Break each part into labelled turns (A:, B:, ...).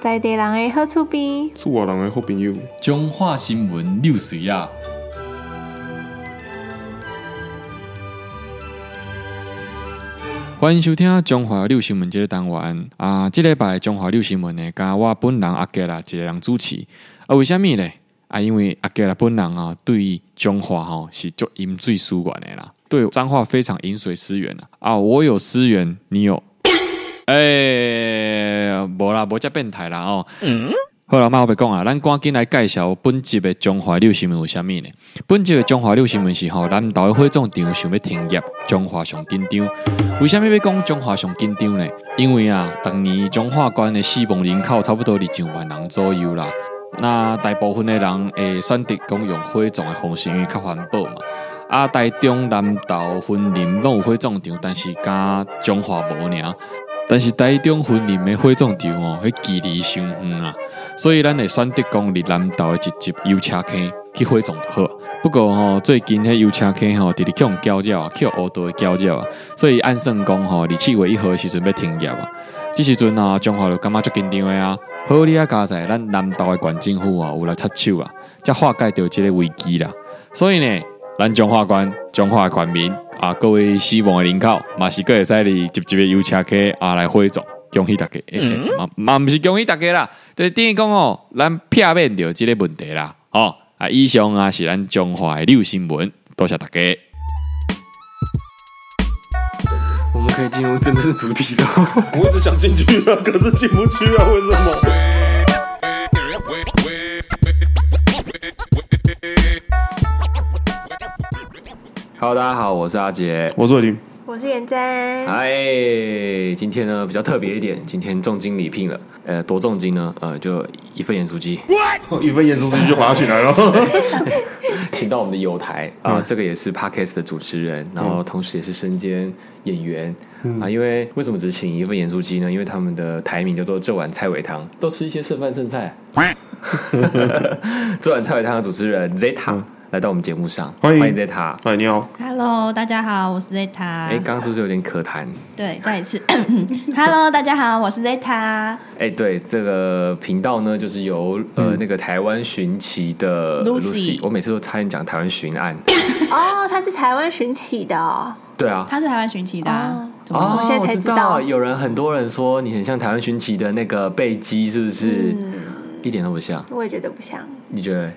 A: 在地人的好厝边，
B: 厝外人的好朋友，
C: 中华新闻六水啊，欢迎收听中华六新闻这个单元啊！这礼拜中华六新闻呢，加我本人阿杰啦一个人主持啊，为什么呢？啊，因为阿杰啦本人啊，对中华吼、是足饮水思源的啦，对彰化非常饮水思源啦啊！我有思源，你有？ 哎、无啦，无遮变态啦哦。好啦，妈，我白讲啊，咱赶紧来介绍本集的中华六新闻有啥物呢？本集的中华六新闻是吼，南投的火葬场想要停业，中华上紧张。为什么要讲中华上紧张呢？因为啊，当年中华关的死亡人口差不多二上万人左右啦。那大部分的人会选择讲用火葬的方式，因为较环保嘛。啊，台中南投分林拢有火葬场，但是甲中华无尔。但是台中分林的火葬场哦，迄距离伤远啊。所以咱会选择讲伫南投的一集油车坑去火葬就好。不过吼、最近迄油车坑吼，直直去互交扰啊，去互乌道的交扰啊，所以按算讲吼，二七月一号的时阵要停业啊。即时阵啊，中华就感觉足紧张的啊。好你啊，加在咱南投的县政府啊，有来插手啊，才化解掉即个危机啦。所以呢，咱中华县、中华县民啊，各位死亡的人口，嘛是个会使哩集集的油车客啊来火葬，恭喜大家！欸欸嘛嘛毋是恭喜大家啦，就是等于讲哦，咱避免着即个问题啦。哦，啊，以上啊是咱中华的六新闻，多谢大家。
D: 我们可以进入真正的主题了。
B: 我一直想进去啊，可是进不去啊，为什么？
D: Hello，大家好，我是阿杰。
B: 我是伟林，
A: 我是元真。
D: 哎，今天呢比较特别一点，今天重金礼聘了。呃，多重金呢？呃，就一份盐酥鸡，
B: 一份盐酥鸡就把它请来了。
D: 请到我们的友台啊、这个也是 Podcast 的主持人，然后同时也是身兼演员、
B: 嗯
D: 啊。因为为什么只请一份盐酥鸡呢？因为他们的台名叫做“这碗菜尾汤”，都吃一些剩饭剩菜。 这碗菜尾汤的主持人 Zeta、来到我们节目上，
B: 嗯欢迎
D: Zeta。
B: 哎，你好，
E: Hello，大家好，我是 Zeta。
D: 哎，刚刚是不是有点可痰？
E: 对，再一次。Hello，大家好，我是 Zeta。
D: 哎、对，这个频道呢，就是由呃、
B: 嗯
D: 那个台湾寻奇的
E: Lucy
D: 我每次都差点讲台湾巡案，
A: 哦，他是台湾寻起的哦。
D: 对啊。
E: 他是台湾寻奇的、
A: 哦，
E: 啊怎么了
A: 我现在才
D: 我
A: 知
D: 知
A: 道
D: 道，有人很多人说你很像台湾寻奇的那个贝基，是不是？
A: 嗯
D: 一点都不像，
A: 我也觉得不像。
D: 你觉得？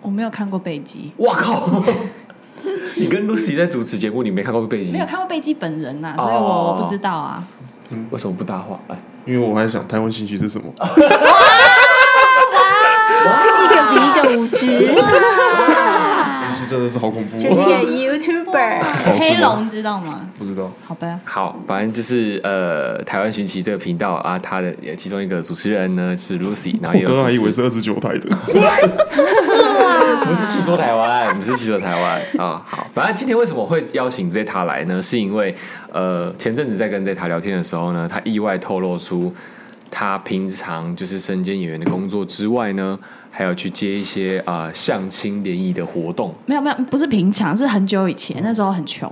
E: 我没有看过贝基，
D: 哇靠！ 你跟 Lucy 在主持节目，你没看过贝基
E: 没有，看过贝基本人呐、所以
D: 哦
E: 我我不知道啊。
D: 为什么不搭话？哎，
B: 因为我还想台湾兴趣是什 么？
A: 一个比一个无知，
D: 哦
B: 这真的 是好恐怖
A: 就是一个 YouTuber。
B: 好
E: 黑龙知道吗？
B: 不知道，
E: 好吧，
D: 好，反正就是呃，台湾寻奇这个频道啊，它的其中一个主持人呢是 Lucy，然后
B: 我
D: 也有
B: 刚刚
D: 主
B: 还
D: 持啊
B: 以为是二十九台的。
D: 不是汽车台湾，不是汽车台湾啊、好，反正今天为什么会邀请 Zeta 来呢？是因为呃，前阵子在跟 Zeta 聊天的时候呢，他意外透露出他平常就是身兼演员的工作之外呢，还有去接一些啊、呃相亲联谊的活 动。
E: 没有没有，不是平常，是很久以前，
D: 嗯
E: 那时候很穷，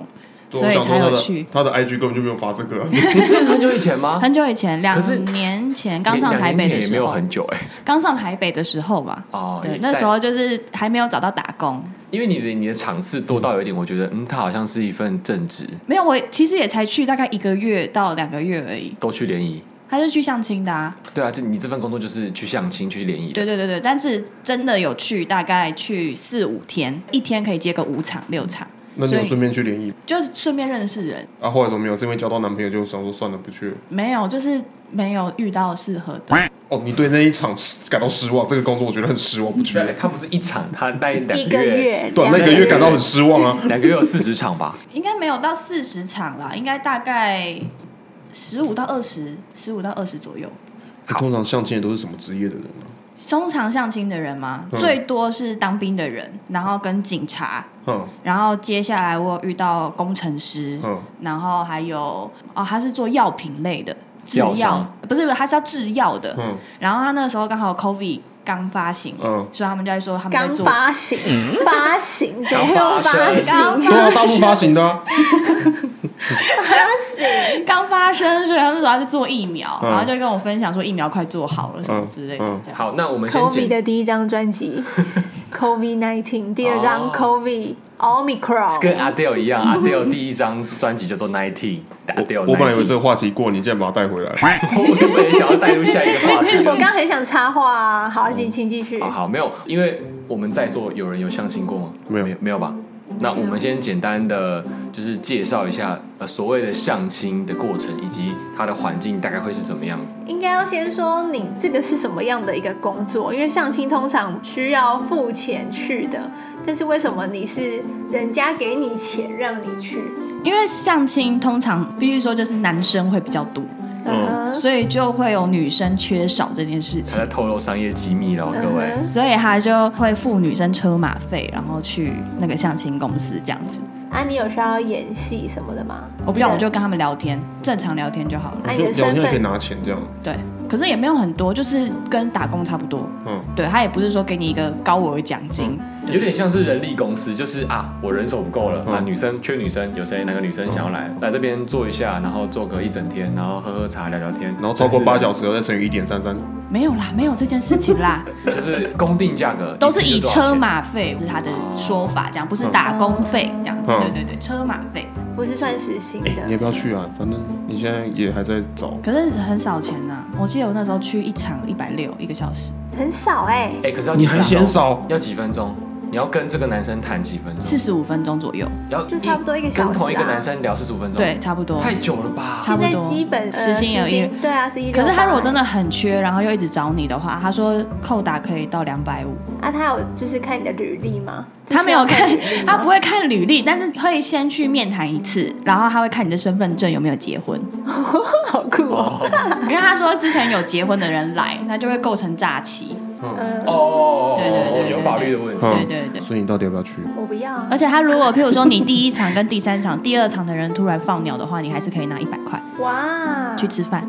E: 所以才有去。
D: 啊
B: 他的 IG 根本就没有发这个啊，
D: 不是很久以前吗？
E: 很久以前，两
D: 可是
E: 年前刚上台
D: 两
E: 北
D: 年前
E: 的
D: 也没
E: 时
D: 有
E: 候，
D: 很久哎、
E: 刚上台北的时候吧。
D: 哦
E: 对
D: 也，
E: 那时候就是还没有找到打工，
D: 因为你的你的场次多到有一点，我觉得嗯，他好像是一份正职，
E: 没有，我其实也才去大概一个月到两个月而已。
D: 都去联谊。
E: 他是去相亲的啊，
D: 对啊，这你这份工作就是去相亲、去联谊的。
E: 对对对对，但是真的有去，大概去四五天，一天可以接个五场六场，
B: 那你有顺便去联谊
E: 就是顺便认识人。
B: 啊？后来怎么没有？是因为交到男朋友就想说算了，不去了。
E: 没有，就是没有遇到适合的，
B: 哦，你对那一场感到失望，这个工作我觉得很失望，不去了
D: 对，。他不是一场，他待两
A: 一个月，
B: 对，啊
A: 两
B: 那个月
A: 月
B: 感到很失望啊。
D: 两个月有四十场吧？
E: 应该没有到四十场啦，应该大概十五到二十，十五到二十左右。
B: 通常相亲的都是什么职业的人啊？
E: 通常相亲的人嘛，
B: 嗯
E: 最多是当兵的人，然后跟警察，
B: 嗯
E: 然后接下来我有遇到工程师，
B: 嗯，
E: 然后还有哦，他是做药品类的，制
D: 药
E: 药
D: 商
E: 不是不是，他是要制药的。
B: 嗯
E: 然后他那时候刚好 COVID 刚发行，
B: 嗯
E: 所以他们就在说他们在
A: 刚
E: 做。
A: 发行，发行，怎样
D: 刚发
A: 发
D: 生
A: 行？
B: 对啊，大陆发行的啊，
A: 发行，
E: 刚发生，所以他那时候他在做疫苗，
B: 嗯
E: 然后就跟我分享说疫苗快做好了什么之类的
B: 嗯，
E: 这样。
D: 好，那我们先
A: Kobe
D: 简
A: 的第一张专 辑，Kobe nineteen，第二张
D: 哦
A: Kobe
D: 跟
A: Omicron，
D: Adele 一样，Adele 第一张专辑叫做 Nineteen，Adele
B: 我本来以为这
D: 19
B: 个话题过，你竟然把它带回来。
D: 我原本也想要带入下一个话题了。哦
A: 我刚很想插话啊，
B: 嗯
A: 好，请请继续
B: 哦
D: 好。好，没有，因为我们在座有人有相亲过吗？
B: 没有
D: 没有吧？那我们先简单的就是介绍一下，呃，所谓的相亲的过程以及它的环境大概会是怎么样子。
A: 应该要先说你这个是什么样的一个工作，因为相亲通常需要付钱去的，但是为什么你是人家给你钱让你去？
E: 因为相亲通常必须说就是男生会比较多，
A: 嗯哼，
E: 所以就会有女生缺少这件事
D: 他
E: 情，
D: 在透露商业机密了哦，各位。
A: 嗯
E: 所以他就会付女生车马费，然后去那个相亲公司这样子。
A: 啊，你有需要演戏什么的吗？
E: 我不
B: 嗯
E: 知道，我就跟他们聊天，正常聊天就好了。
A: 啊，你
B: 就
A: 的
B: 聊
A: 身
B: 天也可以
A: 份
B: 拿钱这样，
E: 对，可是也没有很多，就是跟打工差不多。
B: 嗯，
E: 对他也不是说给你一个高额奖金，
D: 有点像是人力公司，就是啊，我人手不够了，
B: 嗯
D: 啊，女生缺女生，有谁哪个女生想要
A: 嗯
D: 来来这边坐一下，然后坐个一整天，然后喝喝茶聊聊天，
B: 然后超过
D: 但
B: 八
D: 是
B: 小时后再乘以一点三三，
E: 没有啦，没有这件事情啦，
D: 就是公定价格，
E: 都是
D: 一次
E: 以
D: 就多少
E: 车
D: 钱。
E: 马费，是他的说法，这样不是打工费这样子。
B: 嗯
E: 对对对，车马费，
A: 不是算时薪
B: 哎，你
A: 的
B: 也。不要去啊，反正你现在也还在找。
E: 可是很少钱呐、我记得我那时候去一场一百六一个小时，
A: 很少哎、
D: 哎、可是要
B: 你
D: 几分
B: 还
D: 钟
B: 嫌少？
D: 要几分钟？你要跟这个男生谈几分钟？
E: 四十五分钟左右，
D: 要
A: 就差不多一个小时啊
D: 跟同一个男生聊四十五分钟，
E: 对，，差不多。
D: 太久了吧？
A: 现
E: 差不
A: 在
E: 多
A: 基本呃
E: 时薪有一
A: 对啊，是一。
E: 可是他如果真的很缺，然后又一直找你的话，他说扣打可以到两百五。
A: 啊，他有就是看你的履历吗？
E: 他没有看
A: 这需要履历，吗嗯
E: 他不会看履历，但是会先去面谈一次，然后他会看你的身份证有没有结婚，
A: 好酷哦。
E: 因为他说之前有结婚的人来，那就会构成诈欺。
A: 嗯、
D: 哦哦哦，
E: 对对对对对
D: 有法律的问题。
B: 嗯
E: 对对对。
B: 所以你到底要不要去？
A: 我不要、啊
E: 而。且他如果，譬如说你第一场跟第三场、第二场的人突然放鸟的话，你还是可以拿一百块
A: 哇，
E: 去吃饭。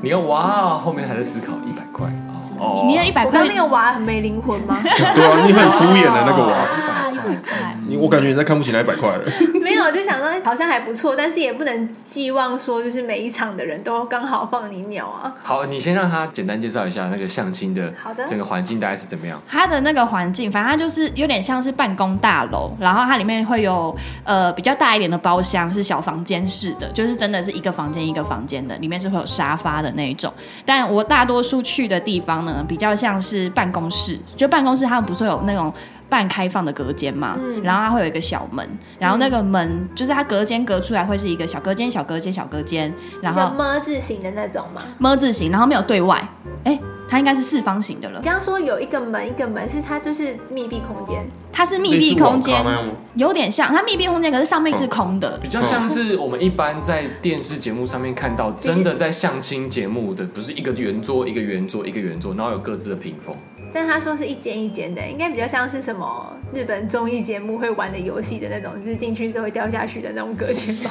D: 你看，哇，后面还在思考一百块哦哦，
E: 你那一百
A: 我
E: 块
A: 刚那个娃很没灵魂吗？
B: 对啊，你很敷衍的那个我，
E: 啊，一百块。
B: 你我感觉你在看不起那一百块了。
A: 没有，就想说好像还不错，但是也不能寄望说就是每一场的人都刚好放你鸟啊。
D: 好，你先让他简单介绍一下那个相亲的
A: 好的
D: 整个环境大概是怎么样。
E: 它的那个环境，反正它就是有点像是办公大楼，然后它里面会有呃比较大一点的包厢，是小房间式的，就是真的是一个房间一个房间的，里面是会有沙发的那一种。但我大多数去的地方呢，比较像是办公室，就办公室他们不是有那种。半开放的隔间嘛，
A: 嗯
E: 然后它会有一个小门，然后那个门就是它隔间隔出来会是一个小隔间、小隔间、小隔间，然
A: 一个
E: 后
A: 么字形的那种嘛。
E: 么字形，然后没有对外，哎，它应该是四方形的了
A: 你，刚刚说有一个门，一个门是它就是密闭空间，
E: 它是密闭空间
B: 类似网咖，那样吗
E: 有点像，它密闭空间，可是上面是空的。
D: 比较像是我们一般在电视节目上面看到，真的在相亲节目的，不是一个圆桌一个圆桌一个圆桌，然后有各自的屏风。
A: 但他说是一间一间的，应该比较像是什么日本综艺节目会玩的游戏的那种，就是进去之后会掉下去的那种隔间吧。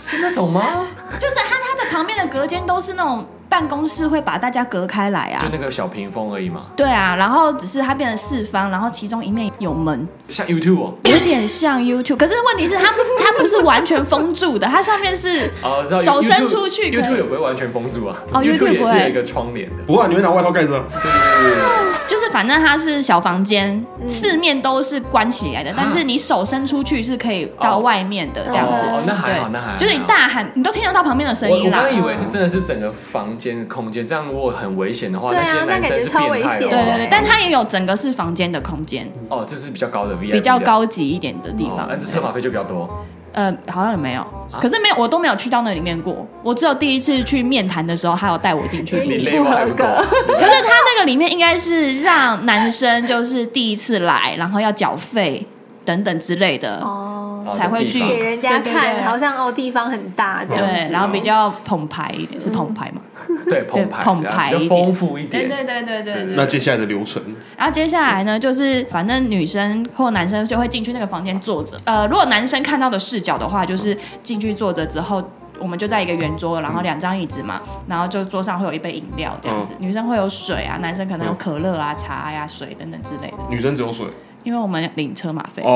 D: 是那种吗？
E: 就是它它的旁边的隔间都是那种办公室会把大家隔开来
D: 就
E: 啊。
D: 那个小屏风而已嘛，
E: 对啊，然后只是它变成四方，然后其中一面有门，
D: 像 YouTube 哦，
E: 有点像 YouTube。可是问题是它不是它不是完全封住的，它上面是
D: 哦，知道
E: 手
D: YouTube-
E: 伸出去可以
D: YouTube 也不会完全封住啊。
E: 哦 YouTube
D: 也
E: 不
D: 是
E: 会
D: 有一个窗帘的。
B: 不会啊，你会拿外套盖着啊。
D: 对对对对
E: 就是反正它是小房间，四面都是关起来的，但是你手伸出去是可以到外面的这样子。
D: 哦，那还好，
E: 嗯对，
D: 那还好。
E: 就是你大喊，你都听得到旁边的声
D: 我我
E: 音啦。
D: 刚刚以为是真的是整个房间的空间，这样如果很危险的话，
A: 对啊
D: 些男生是
A: 那感觉超
D: 变态的
A: 危险
D: 哦。
E: 对对对，但它也有整个是房间的空间，
D: 哦，这是比较高的 VIP，的
E: 比较高级一点的地
D: 哦
E: 方。
D: 但是车马费就比较多。
E: 呃，好像也没有，可是没有，我都没有去到那里面过。我只有第一次去面谈的时候，他有带我进去
A: 因为
E: 面
A: 你
D: 累坏不
A: 不
D: 够
A: 合，
E: 可是他那个里面应该是让男生就是第一次来，然后要缴费等等之类的，
A: 哦，
D: 哦
E: 才会去
D: 这地
A: 给
D: 方
A: 人家
E: 对对
A: 看
E: 对
A: 好像哦地方很大这样子。
E: 对，然 后比较澎湃一点，是澎湃嘛？
D: 对澎湃，
E: 澎湃
D: 比较
E: 一点
D: 丰富一
E: 对
D: 点。
E: 对对对对
B: 那
E: 对。
B: 接下来的流程，
E: 然后接下来呢，就是反正女生或男生就会进去那个房间坐着。呃，如果男生看到的视角的话，就是进去坐着之后，我们就在一个圆桌，然后两张椅子嘛，然后就桌上会有一杯饮料这样子，女生会有水啊，男生可能有可乐啊、茶呀、水等等之类的。
B: 女生只有水
E: 因为我们领车马费，
B: 哦。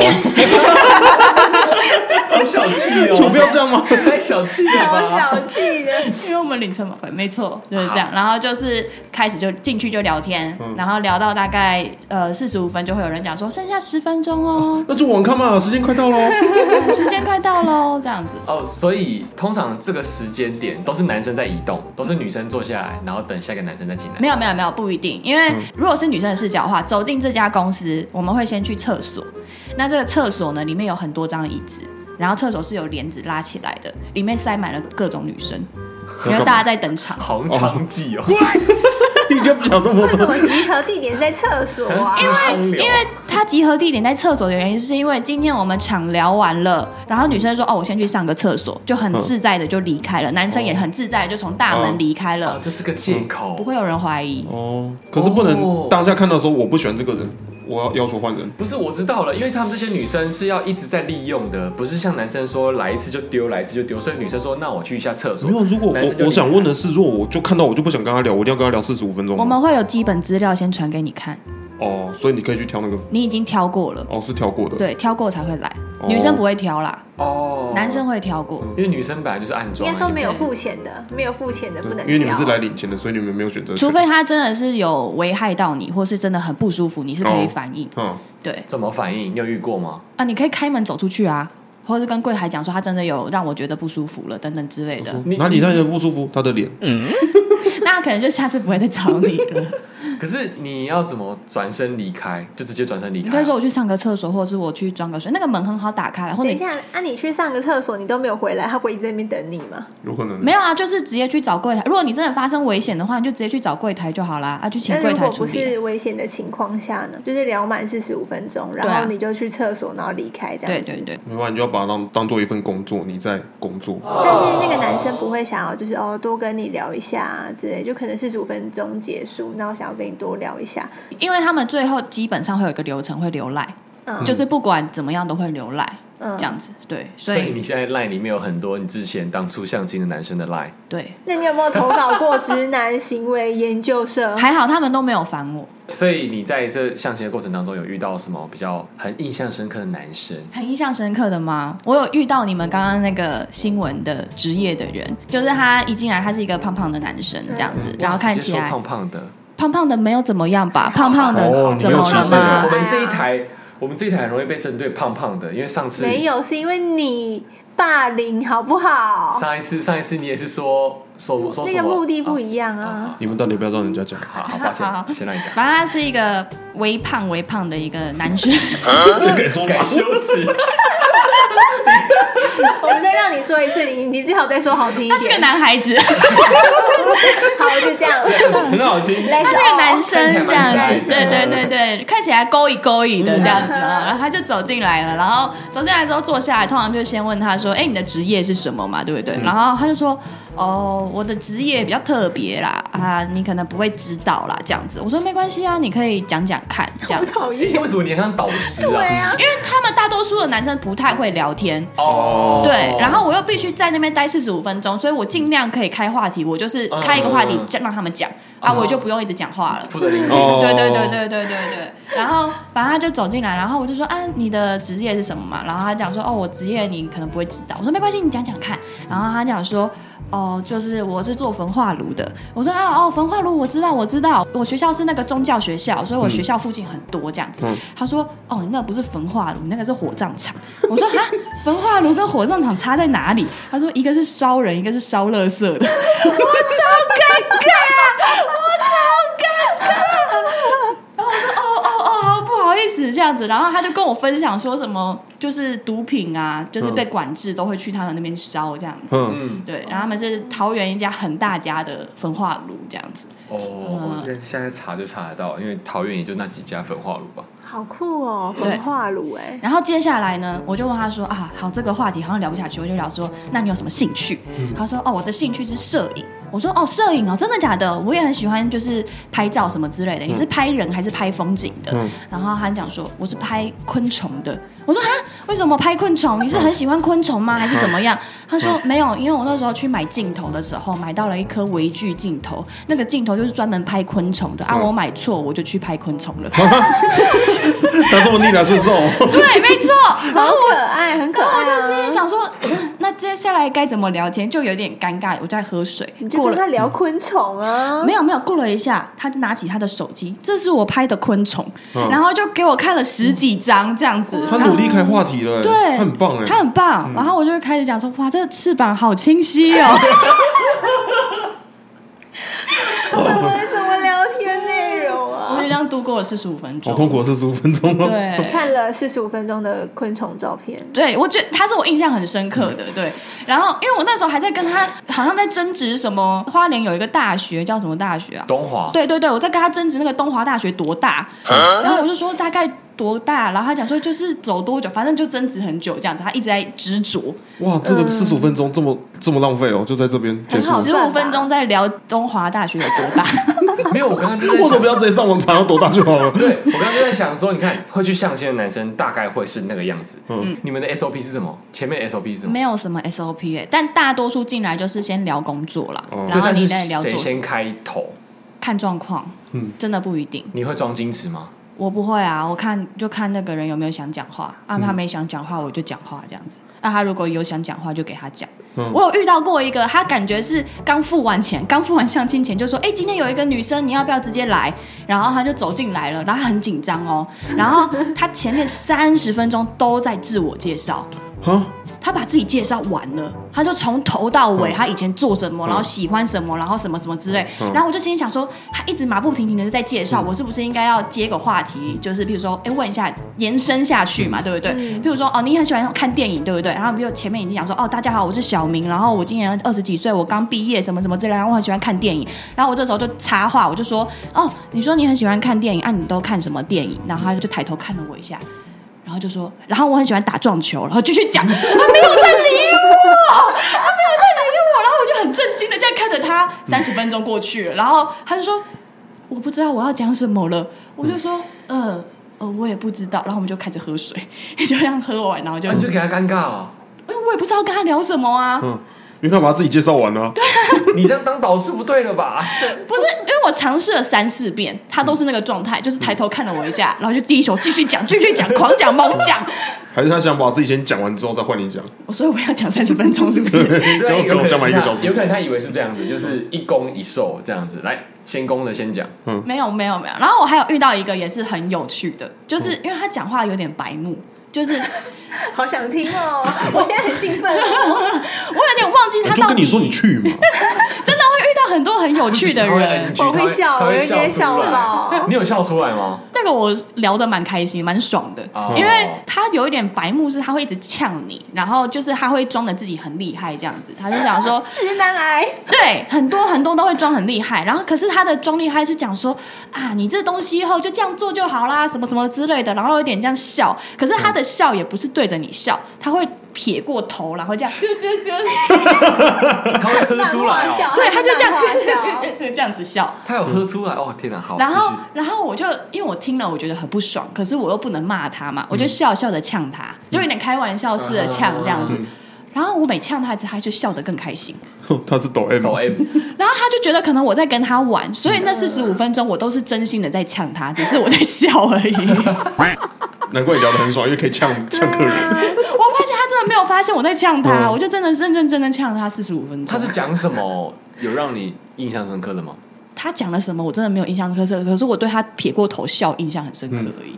D: 好小气哦！
B: 我不要这样吗？，
D: 太小气了
A: 超
D: 吧？
A: 小气 的。
E: 因为我们凌晨嘛，没错，就是这样。然后就是开始就进去就聊天，然后聊到大概呃四十五分，就会有人讲说剩下十分钟哦
B: 那就网咖嘛，时间快到喽。
E: 时间快到喽，这样子。
D: 哦，所以通常这个时间点都是男生在移动，都是女生坐下来，然后等下一个男生再进来。。
E: 没有没有没有，不一定，因为如果是女生的视角的话，走进这家公司，我们会先去厕所。那这个厕所呢，里面有很多张椅子，然后厕所是有帘子拉起来的，里面塞满了各种女生，因为大家在等场
D: 好长计哦，
B: 你就不想那么
A: 为 什
B: 多。
A: 么集合地点在厕所
D: 很
A: 啊？
D: 死苍
E: 因
D: 流
E: 为。它集合地点在厕所的原因，是因为今天我们场聊完了，然后女生说：“哦，我先去上个厕所。”就很自在的就离开了，男生也很自在的就从大门离开
D: 哦
E: 了，，
D: 这是个借
E: 不
D: 口。
E: 会有人怀疑。
B: 哦，可是不能当下看到说我不喜欢这个人，我要要求换人。
D: 不是，我知道了，因为他们这些女生是要一直在利用的，不是像男生说来一次就丢，来一次就丢。所以女生说，那我去一下厕所。
B: 没有，如果
D: 男生就
B: 我我
D: 离开
B: 想问的是，如果我就看到我就不想跟他聊，我一定要跟他聊四十五分钟吗。啊
E: 我们会有基本资料先传给你看，
B: 哦，所以你可以去挑那个
E: 你已经挑过了。
B: 哦，是挑过的。
E: 对，挑过才会来，
B: 哦
E: 女生不会挑啦，
D: 哦，
E: 男生会挑过。
D: 因为女生本来就是暗
A: 应
D: 装，
A: 该说没有付钱的，没有付钱的不能
B: 因为你们是
A: 挑
B: 来领钱的，所以你们没有选择权。
E: 除非他真的是有危害到你，或是真的很不舒服，你是可以反应。
B: 嗯，
E: 对
D: 怎么反应？你有遇过 吗？
E: 啊，你可以开门走出去啊，或是跟柜台讲说他真的有让我觉得不舒服了等等之类的。嗯
D: 你
B: 哪里让人不舒服？他的脸。
E: 那他可能就下次不会再找你了。
D: 可是你要怎么转身离开？就直接转身离
E: 你
D: 开啊？
E: 可以说我去上个厕所，或者是我去装个水，那个门很好打开了，或
A: 等
E: 者
A: 一。下，啊，你去上个厕所，你都没有回来，他不会一直在那边等你吗？
B: 有可能
E: 没有啊，就是直接去找柜台。如果你真的发生危险的话，你就直接去找柜台就好啦。啊，去请
A: 那
E: 柜
A: 如
E: 台
A: 果
E: 处
A: 不
E: 理。
A: 是危险的情况下呢？就是聊满四十五分钟，
E: 对
A: 然
E: 啊
A: 后你就去厕所，然后离开这
E: 对
A: 样子。
E: 对对，
B: 没办法，你就要把它当当做一份工作，你在工作。
A: 但是那个男生不会想要，就是哦，多跟你聊一下啊之类，就可能四十五分钟结束，那我想要跟你多聊一下。
E: 因为他们最后基本上会有一个流程会留赖，
A: 嗯
E: 就是不管怎么样都会留赖。
A: 嗯
E: 这样子，对，所
D: 所以
E: 以
D: 你现在 line 里面有很多你之前当初相亲的男生的 line，
E: 对，
A: 那你有没有投稿过直男行为研究社？
E: 还好他们都没有烦我，
D: 所以你在这相亲的过程当中有遇到什么比较很印象深刻的男生？
E: 很印象深刻的吗？我有遇到你们刚刚那个新闻的职业的人，就是他一进来，他是一个胖胖的男生这样
B: 嗯
E: 子，然后看
D: 直接
E: 起
D: 说
E: 来
D: 胖胖的，
E: 胖胖的没有怎么样吧，胖胖
B: 哦
E: 的
B: 你
E: 怎
B: 没有
E: 么了
B: 歧视
E: 吗
D: 我？们这一台，我们这一台很容易被针对胖胖的，因为上次
A: 没有，是因为你霸凌好不好？
D: 上一次上一次你也是说说
A: 哦
D: 说
A: 那
D: 什
A: 个
D: 么？啊
A: 目的不一样啊。
B: 你们到底要不要让人家讲？
D: 好好抱
E: 好好
D: 歉，先让你讲。
E: 反正他是一个微胖微胖的一个 男生，
B: 敢说
D: 改羞 耻，
A: 我们再让你说一次，你你最好再说好听一
E: 他是个
A: 点。
E: 男孩子，
A: 好，就这 样。哦
D: 很好听。
A: 来
E: 他是个男生这样
A: 看
E: 子，
A: 起来
E: 对
A: 蛮
E: 对对对，看起来勾一勾一的这样子啊，然后他就走进来了，然后走进来之后坐下来，通常就先问他说：“哎，你的职业是什么嘛？对不
D: 嗯
E: 对？”然后他就说：“哦，我的职业比较特别啦，啊，你可能不会知道啦，这样子。”我说：“没关系啊，你可以讲讲看，这样
A: 好
E: 子。
A: 讨厌。
D: 为什么你很像导师
A: 对
D: 啊？
A: 啊”，
E: 因为他们大多数的男生不太会聊天，
D: 哦，
E: 对，然后我又必须在那边待四十五分钟，所以我尽量可以开话题，我就是开一个话题
D: 嗯嗯
E: 让他们讲啊，
D: 嗯
E: 我就不用一直讲话了。
D: 负责聆听。
B: 哦
E: 对对对对对对对。然后反正他就走进来，然后我就说啊，你的职业是什么嘛？然后他讲说哦，我职业你可能不会知道。我说没关系，你讲讲看。然后他讲说。哦，就是我是做焚化炉的。我说啊，哦，焚化炉我知道，我知道，我学校是那个宗教学校，所以我学校附近很多这样子。他说哦，你那不是焚化炉，你那个是火葬场。 我说啊，焚化炉跟火葬场差在哪里？他说一个是烧人，一个是烧垃圾的。我超尴 尬， 哦哦哦，好不好意思这样子，然后他就跟我分享说什么，就是毒品啊，就是被管制都会去他们那边烧这样子。
B: 嗯，
D: 嗯，
E: 对，然后他们是桃园一家很大家的焚化炉这样子，
D: 哦，我现在现在查就查得到，因为桃园也就那几家焚化炉吧。
A: 好酷哦，
E: 对
A: 文化炉哎。
E: 然后接下来呢，我就问他说啊，好，这个话题好像聊不下去，我就聊说，那你有什么兴趣？他说哦，我的兴趣是摄影。我说哦，摄影哦，真的假的？我也很喜欢，就是拍照什么之类的。你是拍人还是拍风景的？然后他讲说我是拍昆虫的。我说啊，为什么拍昆虫？你是很喜欢昆虫吗？还是怎么样？他说没有，因为我那时候去买镜头的时候，买到了一颗微距镜头，那个镜头就是专门拍昆虫的啊。我买错，我就去拍昆虫 了。
B: 他这么逆来顺受，
E: 啊对，没错。然后
A: 好可爱，很可
E: 然后
A: 爱、
E: 我
A: 啊。
E: 就心里想说， 那接下来该怎么聊天，就有点尴尬。我在喝水
A: 你，就
E: 过
A: 跟
E: 了
A: 他聊昆虫啊，
E: 没有没有，过了一下，他就拿起他的手机，这是我拍的昆虫，
B: 嗯
E: 然后就给我看了十几张这样子。
A: 嗯
B: 他努力开话题了、欸，
E: 对
B: 他很棒哎、
E: 他很棒，然后我就开始讲说：“哇，这个翅膀好清晰 哦！
A: 我们怎么聊天内容
E: 我就
A: 啊？
E: 这样度过了四十五分
B: 好
E: 钟。
B: 痛苦，啊四十五分钟了。
E: 对，
A: 看了四十五分钟的昆虫照片，
E: 对，我觉得他是我印象很深刻的。对，然后因为我那时候还在跟他，好像在争执什么，花莲有一个大学叫什么大学啊？
D: 东华，
E: 对对对，我在跟他争执那个东华大学多大，
B: 啊
E: 然后我就说大概多大，然后他讲说就是走多久，反正就争执很久这样子，他一直在执着，
B: 哇，这
E: 嗯
B: 个四十五分钟这么这么浪费哦，就在这边结
A: 很
B: 束。
A: 好
E: 十五分钟在聊东华大学有多大，
D: 没有，我刚刚就在
B: 为什
D: 想
B: 么不，要直接上网查要多大就好了？
D: 对我刚刚就在想说，你看会去相亲的男生大概会是那个样子。嗯，你们的 SOP 是什么？前面的 SOP 是什么
E: 没？有什么 SOP 哎、但大多数进来就是先聊工作啦，
B: 哦
E: 然
D: 对，
E: 后
D: 但
E: 你
D: 是
E: 再聊
D: 谁
E: 做什么
D: 先开头？
E: 看状况，
B: 嗯
E: 真的不一定。
D: 你会装矜持吗？
E: 我不会啊，我看就看那个人有没有想讲话啊，他没想讲话我就讲话这样子。那、他如果有想讲话就给他讲。
B: 嗯
E: 我有遇到过一个，他感觉是刚付完钱，刚付完相亲钱就说：“哎、今天有一个女生，你要不要直接来？”然后他就走进来了，然后他很紧张哦，然后他前面三十分钟都在自我介绍。
B: 啊，
E: 他把自己介绍完了，他就从头到尾，
B: 嗯
E: 他以前做什么，
B: 嗯
E: 然后喜欢什么，然后什么什么之类。
B: 嗯
E: 然后我就心里想说，他一直马不停蹄的在介绍，我是不是应该要接个话
B: 嗯
E: 题，就是比如说，哎，问一下，延伸下去嘛，对不对？
A: 嗯
E: 譬如说，哦，你很喜欢看电影，对不对？然后比如前面已经讲说，哦，大家好，我是小明，然后我今年二十几岁，我刚毕业，什么什么之类，然后我很喜欢看电影。然后我这时候就插话，我就说，哦，你说你很喜欢看电影，啊，你都看什么电影？然后他就抬头看了我一下。然后就说，然后我很喜欢打撞球，然后继续讲，他没有 在理我，他没有在理我，然后我就很震惊的这样看着
D: 嗯
E: 他，三十分钟过去了，然后他就说，我不知道我要讲什么了，我就说，呃呃，我也不知道，然后我们就开始喝水，就这样喝完，然后就，
D: 啊你就给他尴尬哦。
E: 因为我也不知道跟他聊什么啊，
B: 嗯，因为他把他自己介绍完了、啊
D: 你这样当导师不对了吧？这
E: 不是，因为我尝试了三四遍，他都是那个状态，就是抬头看了我一下，然后就第一手继续讲，继续讲，狂讲猛讲，
B: 还是他想把自己先讲完之后再换你讲？
E: 我说我要讲三十分钟是 不是？
D: 对，
B: 跟
D: 有
B: 我
D: 可
B: 讲满
D: 能
B: 一
D: 是
B: 个
C: 啊
D: 他
B: 小，时
D: 有可能他以为是这样子，就是一攻一受这样子。来，先攻的先讲，
B: 嗯
E: 没有没有没有。然后我还有遇到一个也是很有趣的，就是因为他讲话有点白目，就是
A: 好想听哦！我现在很兴奋哦，
E: 我有点忘记
B: 我
E: 他
B: 就
E: 到
B: 跟
E: 底
B: 你说你去嘛，
E: 真的会遇到很多很有趣的
D: 他会
E: 人
D: NG。
A: 我
D: 他
A: 会笑，
D: 他
A: 我
D: 会
A: 有点
D: 笑
A: 笑
D: 出来
A: 爆。
D: 你有笑出来吗？
E: 那个我聊得蛮开心，蛮爽的，
D: 哦
E: 因为他有一点白目，是他会一直呛你，然后就是他会装的自己很厉害这样子，他就想说，
A: 直男癌，
E: 对，很多很多都会装很厉害，然后可是他的装厉害是讲说啊，你这东西以后就这样做就好啦，什么什么之类的，然后有点这样笑，可是他的笑也不是对着你笑，他会撇过头，然后这样，
D: 他会喝出来
A: 漫画
D: 哦，
A: 笑
E: 对，他就这样
A: 漫画 笑
E: 这样子笑，
D: 他有喝出来哦，天哪，好，
E: 然后
D: 继续，
E: 然后我就因为我听了，我觉得很不爽，可是我又不能骂他嘛，我就笑笑的呛他，就有点开玩笑似的呛这样子。然后我每呛他一次，他就笑得更开心。
B: 哼他是抖 M，
D: 抖 M，
E: 然后他就觉得可能我在跟他玩，所以那四十五分钟我都是真心的在呛他，只是我在笑而已。 我
B: 难怪你聊得很爽，因为可以呛呛客人。
E: 发现他真的没有发现我在呛他，
B: 嗯
E: 我就真的认认真真呛了他四十五分钟。
D: 他是讲什么有让你印象深刻的吗？
E: 他讲了什么，我真的没有印象深刻，可是我对他撇过头笑印象很深刻而已。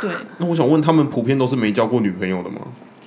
E: 对，
B: 那我想问，他们普遍都是没交过女朋友的吗？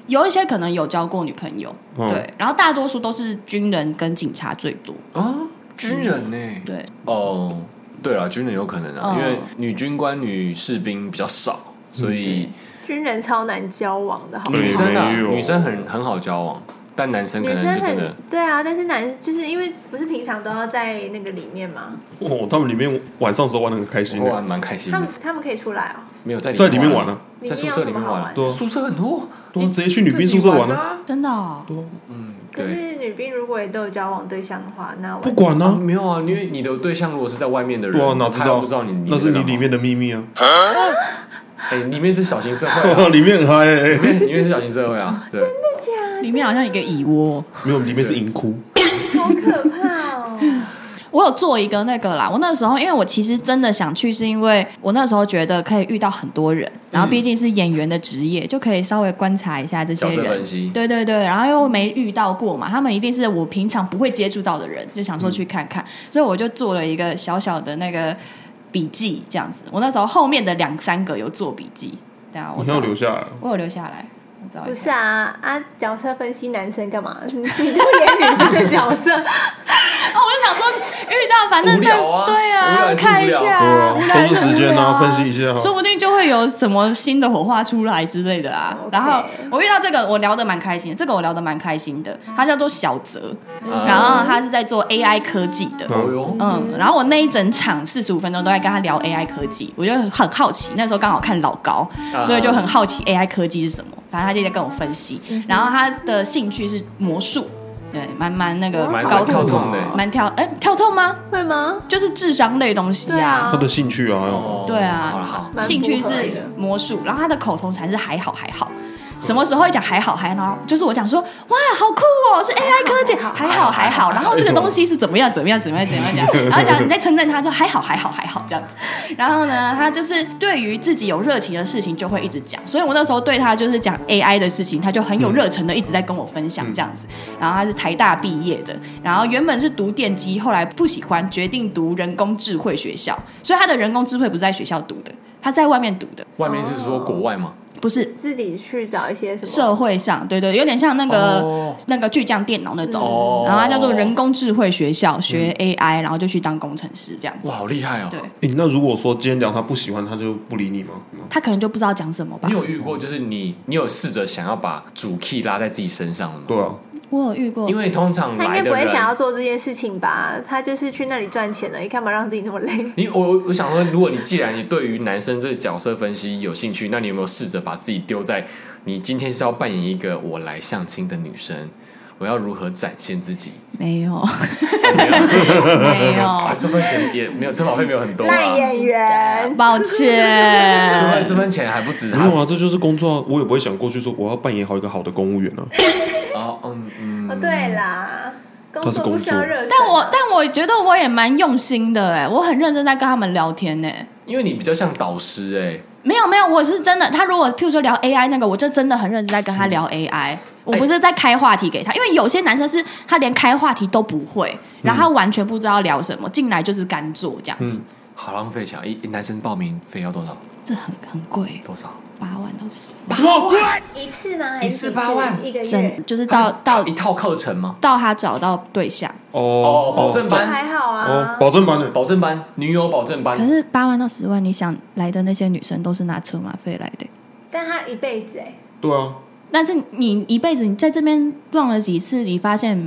E: 有一些可能有交过女朋友，
B: 嗯
E: 对，然后大多数都是军人跟警察最多，
D: 啊，军人呢？
E: 对，
D: 哦，对了，军人有可能啊，
E: 哦
D: 因为女军官、女士兵比较少，所以
A: 军人超难交往的，好不好
B: 对
D: 女生啊，
B: 没有
D: 女生很很好交往，但男生可
A: 女
D: 能
A: 生
D: 就真的
A: 很对啊，但是男就是因为不是平常都要在那个里面吗？
B: 哦，他们里面晚上的时候玩的很开心
D: 我
B: 的，
D: 还蛮开心
A: 他
D: 的
A: 们，他们可以出来哦，
D: 没有在
B: 在里面玩
D: 了
B: 啊，，
D: 嗯在宿舍里面
A: 里面有什么好玩
D: 玩，
B: 对啊
D: 宿舍很多，
B: 对啊，直接去女兵宿舍玩啊。
D: 啊，
E: 真的、哦。
B: 对啊，
D: 嗯，
A: 可
D: 对。
A: 是女兵如果也都有交往对象的话，那我
B: 不管
D: 啊，
B: 啊，
D: 没有啊，因为你的对象如果是在外面的人，
B: 对啊，哪知
D: 他又
B: 道？
D: 不知道你，
B: 那是
D: 在
B: 你
D: 干嘛
B: 里，面的秘密啊，，
D: 哎，里面是小型社会啊
B: 里面很嗨欸，
D: 里面里面是小型社会啊， 对，
E: 里面好像有一个蚁窝。
B: 没有，里面是银窟。
A: 好可怕哦！
E: 我我有做一个那个啦。我那时候因为我其实真的想去，是因为我那时候觉得可以遇到很多人，
D: 嗯
E: 然后毕竟是演员的职业，就可以稍微观察一下这些
D: 角色
E: 人
D: 分。析，
E: 对对对，然后又没遇到过嘛，他们一定是我平常不会接触到的人，就想
D: 嗯
E: 说去看看，所以我就做了一个小小的那个笔记，这样子。我那时候后面的两三个有做笔记，对啊，我
B: 你要
E: 找
B: 留下来。
E: 我有留下来，我找一下
A: 不是啊啊！角色分析男生干嘛？你你都演女生的角 色，
E: 哦，我就想说遇到反正
D: 无
E: 在
D: 聊啊
E: 对
D: 无聊
E: 啊
D: 还，是
E: 看
D: 无
E: 一
D: 聊
E: 下
B: 啊
E: 啊，无聊还
B: 工
E: 是
B: 作
E: 无
B: 时间
E: 聊
B: 啊，
E: 啊
B: 分析一下啊。
E: 说不定就会有什么新的火花出来之类的啊。
A: 哦 OK
E: 然后我遇到这个，我聊得蛮开心的，这个我聊得蛮开心的，他叫做小泽，
A: 哦
D: 啊
E: 然后他是在做 AI 科技的。
D: 哦哟，
E: 嗯，然后我那一整场四十五分钟都在跟他聊 AI 科技，我就很好奇，那时候刚好看老高，
D: 啊
E: 所以就很好奇 AI 科技是什么。反正他就在跟我分析，
D: 嗯
E: 然后他的兴趣是魔术，对，蛮蛮那个
D: 蛮
E: 高
D: 蛮
E: 度
D: 哦跳痛的
E: 的，蛮跳哎、跳痛吗？
A: 会吗？
E: 就是智商类东西
A: 对啊
B: 他的兴趣啊，还有
D: 哦
E: 对
D: 好了
E: 啊
D: 好，，
A: 蛮
E: 兴趣
A: 符合的
E: 是魔术，然后他的口头禅是还好还好。什么时候会讲还好还好？就是我讲说哇，好酷哦，是 AI 科技，还好还好。然后这个东西是怎么样怎么样怎么样怎么样 讲，然后讲你在称赞他说还好还好还好这样子。然后呢，他就是对于自己有热情的事情就会一直讲，所以我那时候对他就是讲 AI 的事情，他就很有热忱的一直在跟我分享这样子。然后他是台大毕业的，然后原本是读电机，后来不喜欢，决定读人工智慧学校，所以他的人工智慧不是在学校读的，他在外面读的，
D: 外面是说国外吗？
E: 不是
A: 自己去找一些什么
E: 社会上，对对，有点像那个、
D: 哦
E: 那个巨匠电脑那种，
D: 哦
E: 然后他叫做人工智慧学校，学 AI，、然后就去当工程师这样子
D: 嗯哇，。好厉害哦！
E: 对，
B: 诶那如果说今天聊他不喜欢，他就不理你吗？
E: 他可能就不知道讲什么吧
D: 你。有遇过，就是你，你有试着想要把主 key 拉在自己身上的吗？
B: 对啊，
E: 我有遇过，
D: 因为通常
A: 他应该
D: 来
A: 不
D: 的
A: 会
D: 人，
A: 想要做这件事情吧？他就是去那里赚钱而已，干嘛让自己那么累？
D: 你我我想说，如果你既然你对于男生这个角色分析有兴趣，那你有没有试着把自己丢在你今天是要扮演一个我来相亲的女生，我要如何展现自己？
E: 没
D: 哦
E: 有，没
D: 啊，
E: 有，
D: 这份钱也没有，这保费没有很多、啊，嗯
A: 烂演员，
E: 抱
D: 这 份
E: 歉。
D: 这份钱还不止
B: 没
D: 他
B: 有啊，这就是工作啊，我也不会想过去说我要扮演好一个好的公务员啊。
D: 哦，嗯嗯，
A: 哦，对啦，工
B: 他是
A: 作不
B: 工
A: 需要
B: 作
A: 热忱啊。
E: 但我但我觉得我也蛮用心的哎，我很认真在跟他们聊天欸呢。
D: 因为你比较像导师哎、
E: 没有没有，我是真的。他如果譬如说聊 AI 那个，我就真的很认真在跟他
D: 嗯
E: 聊
D: 哎
E: AI，、我不是在开话题给他，因为有些男生是他连开话题都不会，然后他完全不知道聊什么，进来就是干做这样子，
D: 好浪费钱啊，一一男生报名费要多少？
E: 这很很贵，
D: 多少？
E: 八万到十万，
A: 一次吗？还
D: 一
A: 是
D: 次
A: 几
D: 八万
A: 一个月
E: 真，就是到到
D: 哦一套课程吗？
E: 到他找到对象，
B: 哦
D: 哦，保证
A: 就
D: 班，
A: 还好
B: 哦
A: 啊，。
B: 保证版的，
D: 保证班，女友保证
E: 嗯可
D: 班，
E: 是八万到十万，你想来的那些女生都是拿车马费来的。
A: 但他一辈子哎，
B: 对啊，
E: 但是你一辈子你在这边逛了几次，你发现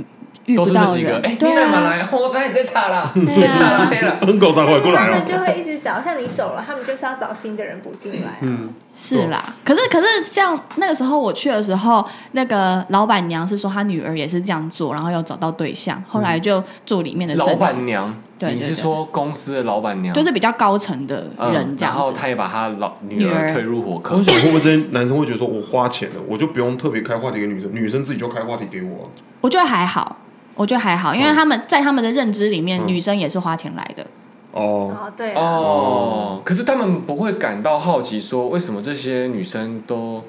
E: 遇
D: 都
E: 不
D: 是这
E: 到
D: 几个。
E: 人，
D: 哎，你
E: 对
D: 干嘛
E: 啊，
D: 来？我在你在塔啦，
E: 对
D: 塔啦
E: 啊，
D: 黑啦。
B: 很狗才回过来啊哦
A: 但是他们就
B: 了。
A: 会一直找，像你走了，他们就是要找新的人补进来啊。
B: 嗯，
E: 是啦。可是可是像那个时候我去的时候，那个老板娘是说她女儿也是这样做，然后有找到对象，后来就做里面的
D: 嗯老
E: 正职，
D: 板娘，
E: 对对
D: 你是
E: 对
D: 说公司的老板娘？
E: 就是比较高层的
D: 嗯
E: 人这
D: 然后
E: 样子。
D: 他也把他老女
E: 女
D: 儿
E: 儿
D: 推入火坑
B: 我。想会不会这些男生会觉得说，我花钱了，我就不用特别开话题给女生，女生自己就开话题给我啊。
E: 我觉得还好，我觉得还好，因为
D: 哦
E: 他们在他们的认知里面，
B: 嗯
E: 女生也是花钱来的。
B: 哦，
A: 哦，对啊，
D: 哦，可是他们不会感到好奇，说为什么这些女生都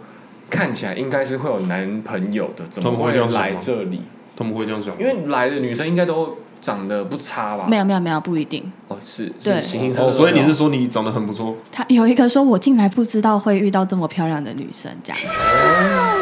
D: 看起来应该是会有男朋友的，怎么
B: 他们会
D: 会
B: 这样想吗
D: 来这里？
B: 他们会这样想吗，
D: 因为来的女生应该都长得不差吧？
E: 没有没有没有，不一定。
D: 哦，是嗯是
E: 对
D: 形形色色
B: 哦，
D: 都有。
B: 所以你是说你长得很不错，
E: 他有一个说，我进来不知道会遇到这么漂亮的女生这样。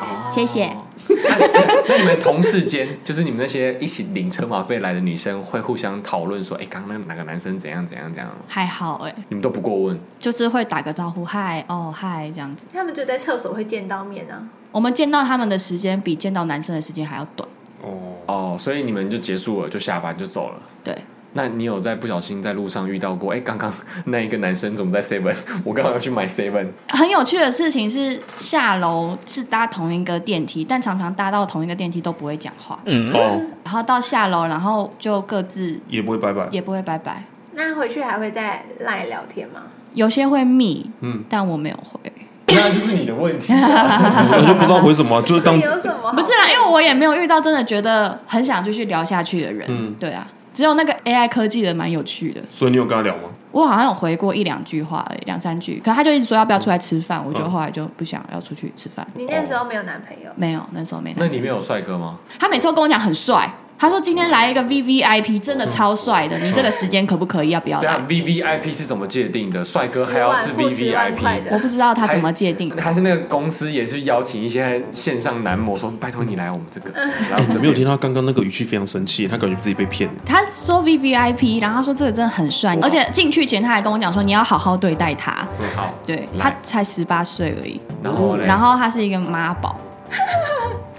D: 哦
E: 谢谢。
D: 那那那你们同事间， 就是你们那些一起领车马费来的女生，会互相讨论说，哎、刚刚那哪个男生怎样怎样怎样吗？
E: 还好哎、
D: 你们都不过问，
E: 就是会打个招呼，嗨哦嗨这样子。
A: 他们就在厕所会见到面啊。
E: 我们见到他们的时间比见到男生的时间还要短。
B: 哦，
D: 哦，所以你们就结束了，就下班就走了。
E: 对，
D: 那你有在不小心在路上遇到过？哎、刚刚那一个男生怎么在 Seven？我刚刚要去买 Seven，
E: 很有趣的事情是，下楼是搭同一个电梯，但常常搭到同一个电梯都不会讲话，
B: 哦，
E: 然后到下楼，然后就各自
B: 也不会拜拜。
E: 也不会拜拜。
A: 那回去还会再赖聊天吗？
E: 有些会密，
B: 嗯，
E: 但我没有回。
D: 那就是你的 问 题。
B: 我就不知道回什么啊， 就是
A: 这
B: 当
E: 哦
A: 有什么好？
E: 不是啦，因为我也没有遇到真的觉得很想继续聊下去的人。
B: 嗯
E: 对啊，只有那个 AI 科技的蛮有趣的，
B: 所以你有跟他聊吗？
E: 我好像有回过一两句话而已，两三句，可他就一直说要不要出来吃饭，我
B: 哦
E: 就后来就不想要出去吃饭，
A: 你那时候没有男朋友，
E: 没有，那时候没男
D: 那里面有帅哥吗？
E: 他每次都跟我讲很帅，他说今天来一个 V V I P，真的超帅的，你这个时间可不可以？要不要
D: 对
E: 来
D: 啊？，V V I P 是怎么界定的？帅哥还
A: 十
D: 要
A: 万
D: 是
A: 付
D: V V
A: 十
D: I
A: 万块
D: P，
A: 的
E: 我，不知道他怎么界定的。
D: 还是那个公司也是邀请一些线上男模说，拜托你来我们这个，然后我们
B: 我
D: 这
B: 哎没有
D: 边
B: 听到刚刚那个语气非常生气，他感觉自己被骗了。
E: 他说 V V I P，然后他说这个真的很帅，而且进去前他还跟我讲说你要好好对待他。
D: 嗯好，
E: 对他
D: 来
E: 才十八岁而已，
D: 然后嘞
E: 然后他是一个妈宝，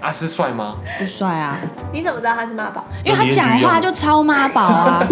D: 啊是帅吗？
E: 不帅啊，
A: 你怎么知道他是妈宝？
E: 因为他讲话就超妈 宝啊，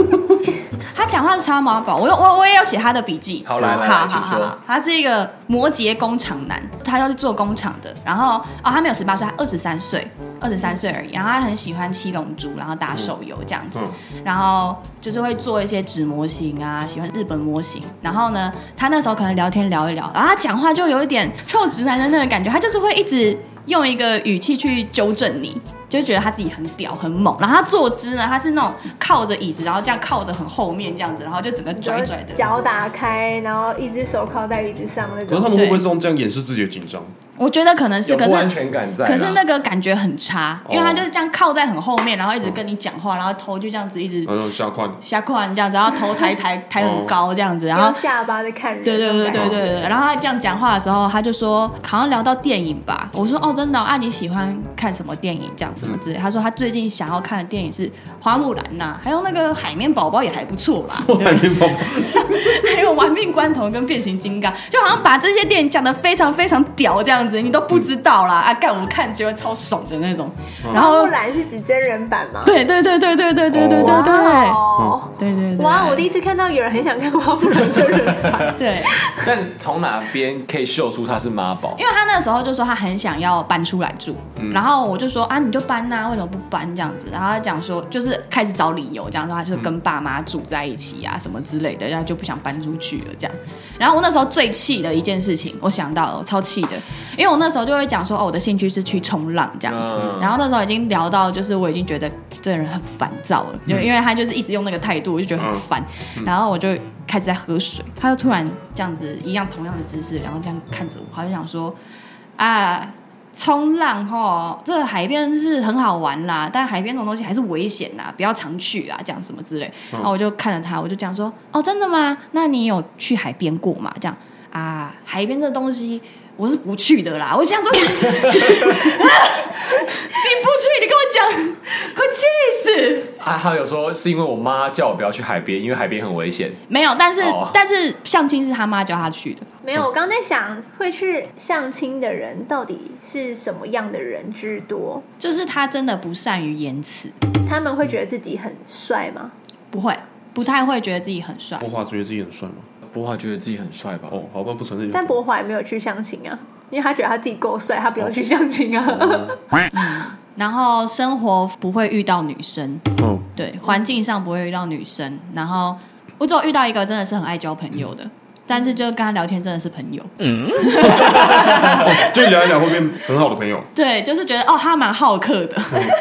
E: 他讲话就超妈宝。我有我我也有写他的笔记。
D: 好来来来
E: 好
D: 请
E: 好
D: 说
E: 好他是一个摩羯工厂男，他就是做工厂的。然后哦，他没有十八岁，他二十三岁，二十三岁而已。然后他很喜欢七龙珠，然后打手游这样
D: 嗯
E: 子。然后就是会做一些纸模型啊，喜欢日本模型。然后呢，他那时候可能聊天聊一聊，然后他讲话就有一点臭直男的那种感觉，他就是会一直用一个语气去纠正你，就觉得他自己很屌很猛。然后他坐姿呢，他是那种靠着椅子，然后这样靠得很后面这样子，然后就整个拽拽的。
A: 脚打开，然后一只手靠在椅子上那
B: 可是他
A: 种。
B: 们会不会是用这样掩饰自己的紧张？
E: 我觉得可能是，
D: 有
E: 可
D: 不安
E: 是。
D: 全感在啦，
E: 可是那个感觉很差，因为他就是这样靠在很后面，然后一直跟你讲话，然后头就这样子一直
B: 然后下款
E: 下跨这样子，然后头抬抬抬很高这样子，然后
A: 用下巴在看人，
E: 对对对对
A: 那种感觉
E: 对对。然后他这样讲话的时候，他就说好像聊到电影吧。我说哦，真的哦、啊，你喜欢看什么电影？这样什么之类。他说他最近想要看的电影是《花木兰》呐，还有那个《海绵宝宝》也还不错啦，
B: 我海绵宝宝，
E: 还有《玩命关头》跟《变形金刚》，就好像把这些电影讲得非常非常屌这样子，你都不知道啦。啊，干我看觉得超爽的那种。然后
A: 木兰是指真人版吗？
E: 对对对对对对对对对对
A: 哇哦
E: 对对对，，
A: 哇！我第一次看到有人很想看花木兰真人版
E: 对。
D: 但从哪边可以秀出他是妈 宝？
E: 因为他那时候就说他很想要搬出来住，然后我就说啊，你就搬呐、为什么不搬这样子？然后他讲说，就是开始找理由，这样说他就跟爸妈住在一起啊，什么之类的，然后就不想搬出去了这样。然后我那时候最气的一件事情，我想到了，我超气的，因为我那时候就会讲说，哦，我的兴趣是去冲浪这样子。
D: 嗯
E: 然后那时候已经聊到，就是我已经觉得这个人很烦躁了，就因为他就是一直用那个态度，我就觉得很烦。然后我就开始在喝水，他就突然这样子一样同样的姿势，然后这样看着我，他就想说啊。冲浪吼，这个海边是很好玩啦，但海边这种东西还是危险呐，不要常去啊，这样什么之类。然后我就看着他，我就讲说，哦，真的吗？那你有去海边过吗？这样啊，海边这东西我是不去的啦。我想说，你不去，你跟我讲，快气死！
D: 啊，还有说是因为我妈叫我不要去海边，因为海边很危险。
E: 没有，但是、
D: 哦
E: 但是相亲是他妈叫他去的，
A: 没有。我刚在想，会去相亲的人到底是什么样的人居多？
E: 就是他真的不善于言辞，
A: 他们会觉得自己很帅吗？
E: 不会，不太会觉得自己很帅
B: 我。话觉得自己很帅吗？
D: 博华觉得自己很帅吧？
B: 哦，好吧，不承认。
A: 但博华也没有去相亲啊，因为他觉得他自己够帅，他不用去相亲啊。
E: 哦然后生活不会遇到女生，
B: 哦，
E: 对，环境上不会遇到女生。然后我只有遇到一个真的是很爱交朋友的，但是就跟他聊天真的是朋友，
B: 就聊一聊会变很好的朋友。
E: 对，就是觉得哦他蛮好客的，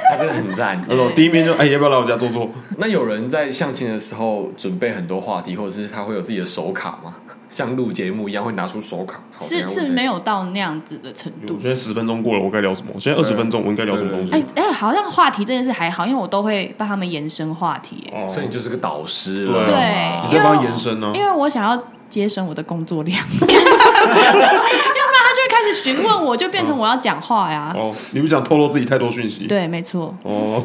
D: 他真的很 赞。
B: 那种第一面就哎，要不要来我家坐坐？
D: 那有人在相亲的时候准备很多话题，或者是他会有自己的手卡吗？像录节目一样会拿出手卡？好
E: 是是没。有到那样子的程度
B: 我。现在十分钟过了，我该聊什么？现在二十分钟，我应该聊什么东
E: 哎
B: 西？
E: 哎，好像话题这件事还好，因为我都会帮他们延伸话题。哎
B: 哦
D: 等一下我再所以你就是个导师了，
B: 对
E: 啊
B: 你再帮他延伸呢
E: 因？为我想要节省我的工作 量，要不然他就会开始询问我，就变成我要讲话呀。
B: 哦，你不想透露自己太多讯息？
E: 对，没错，
B: 哦，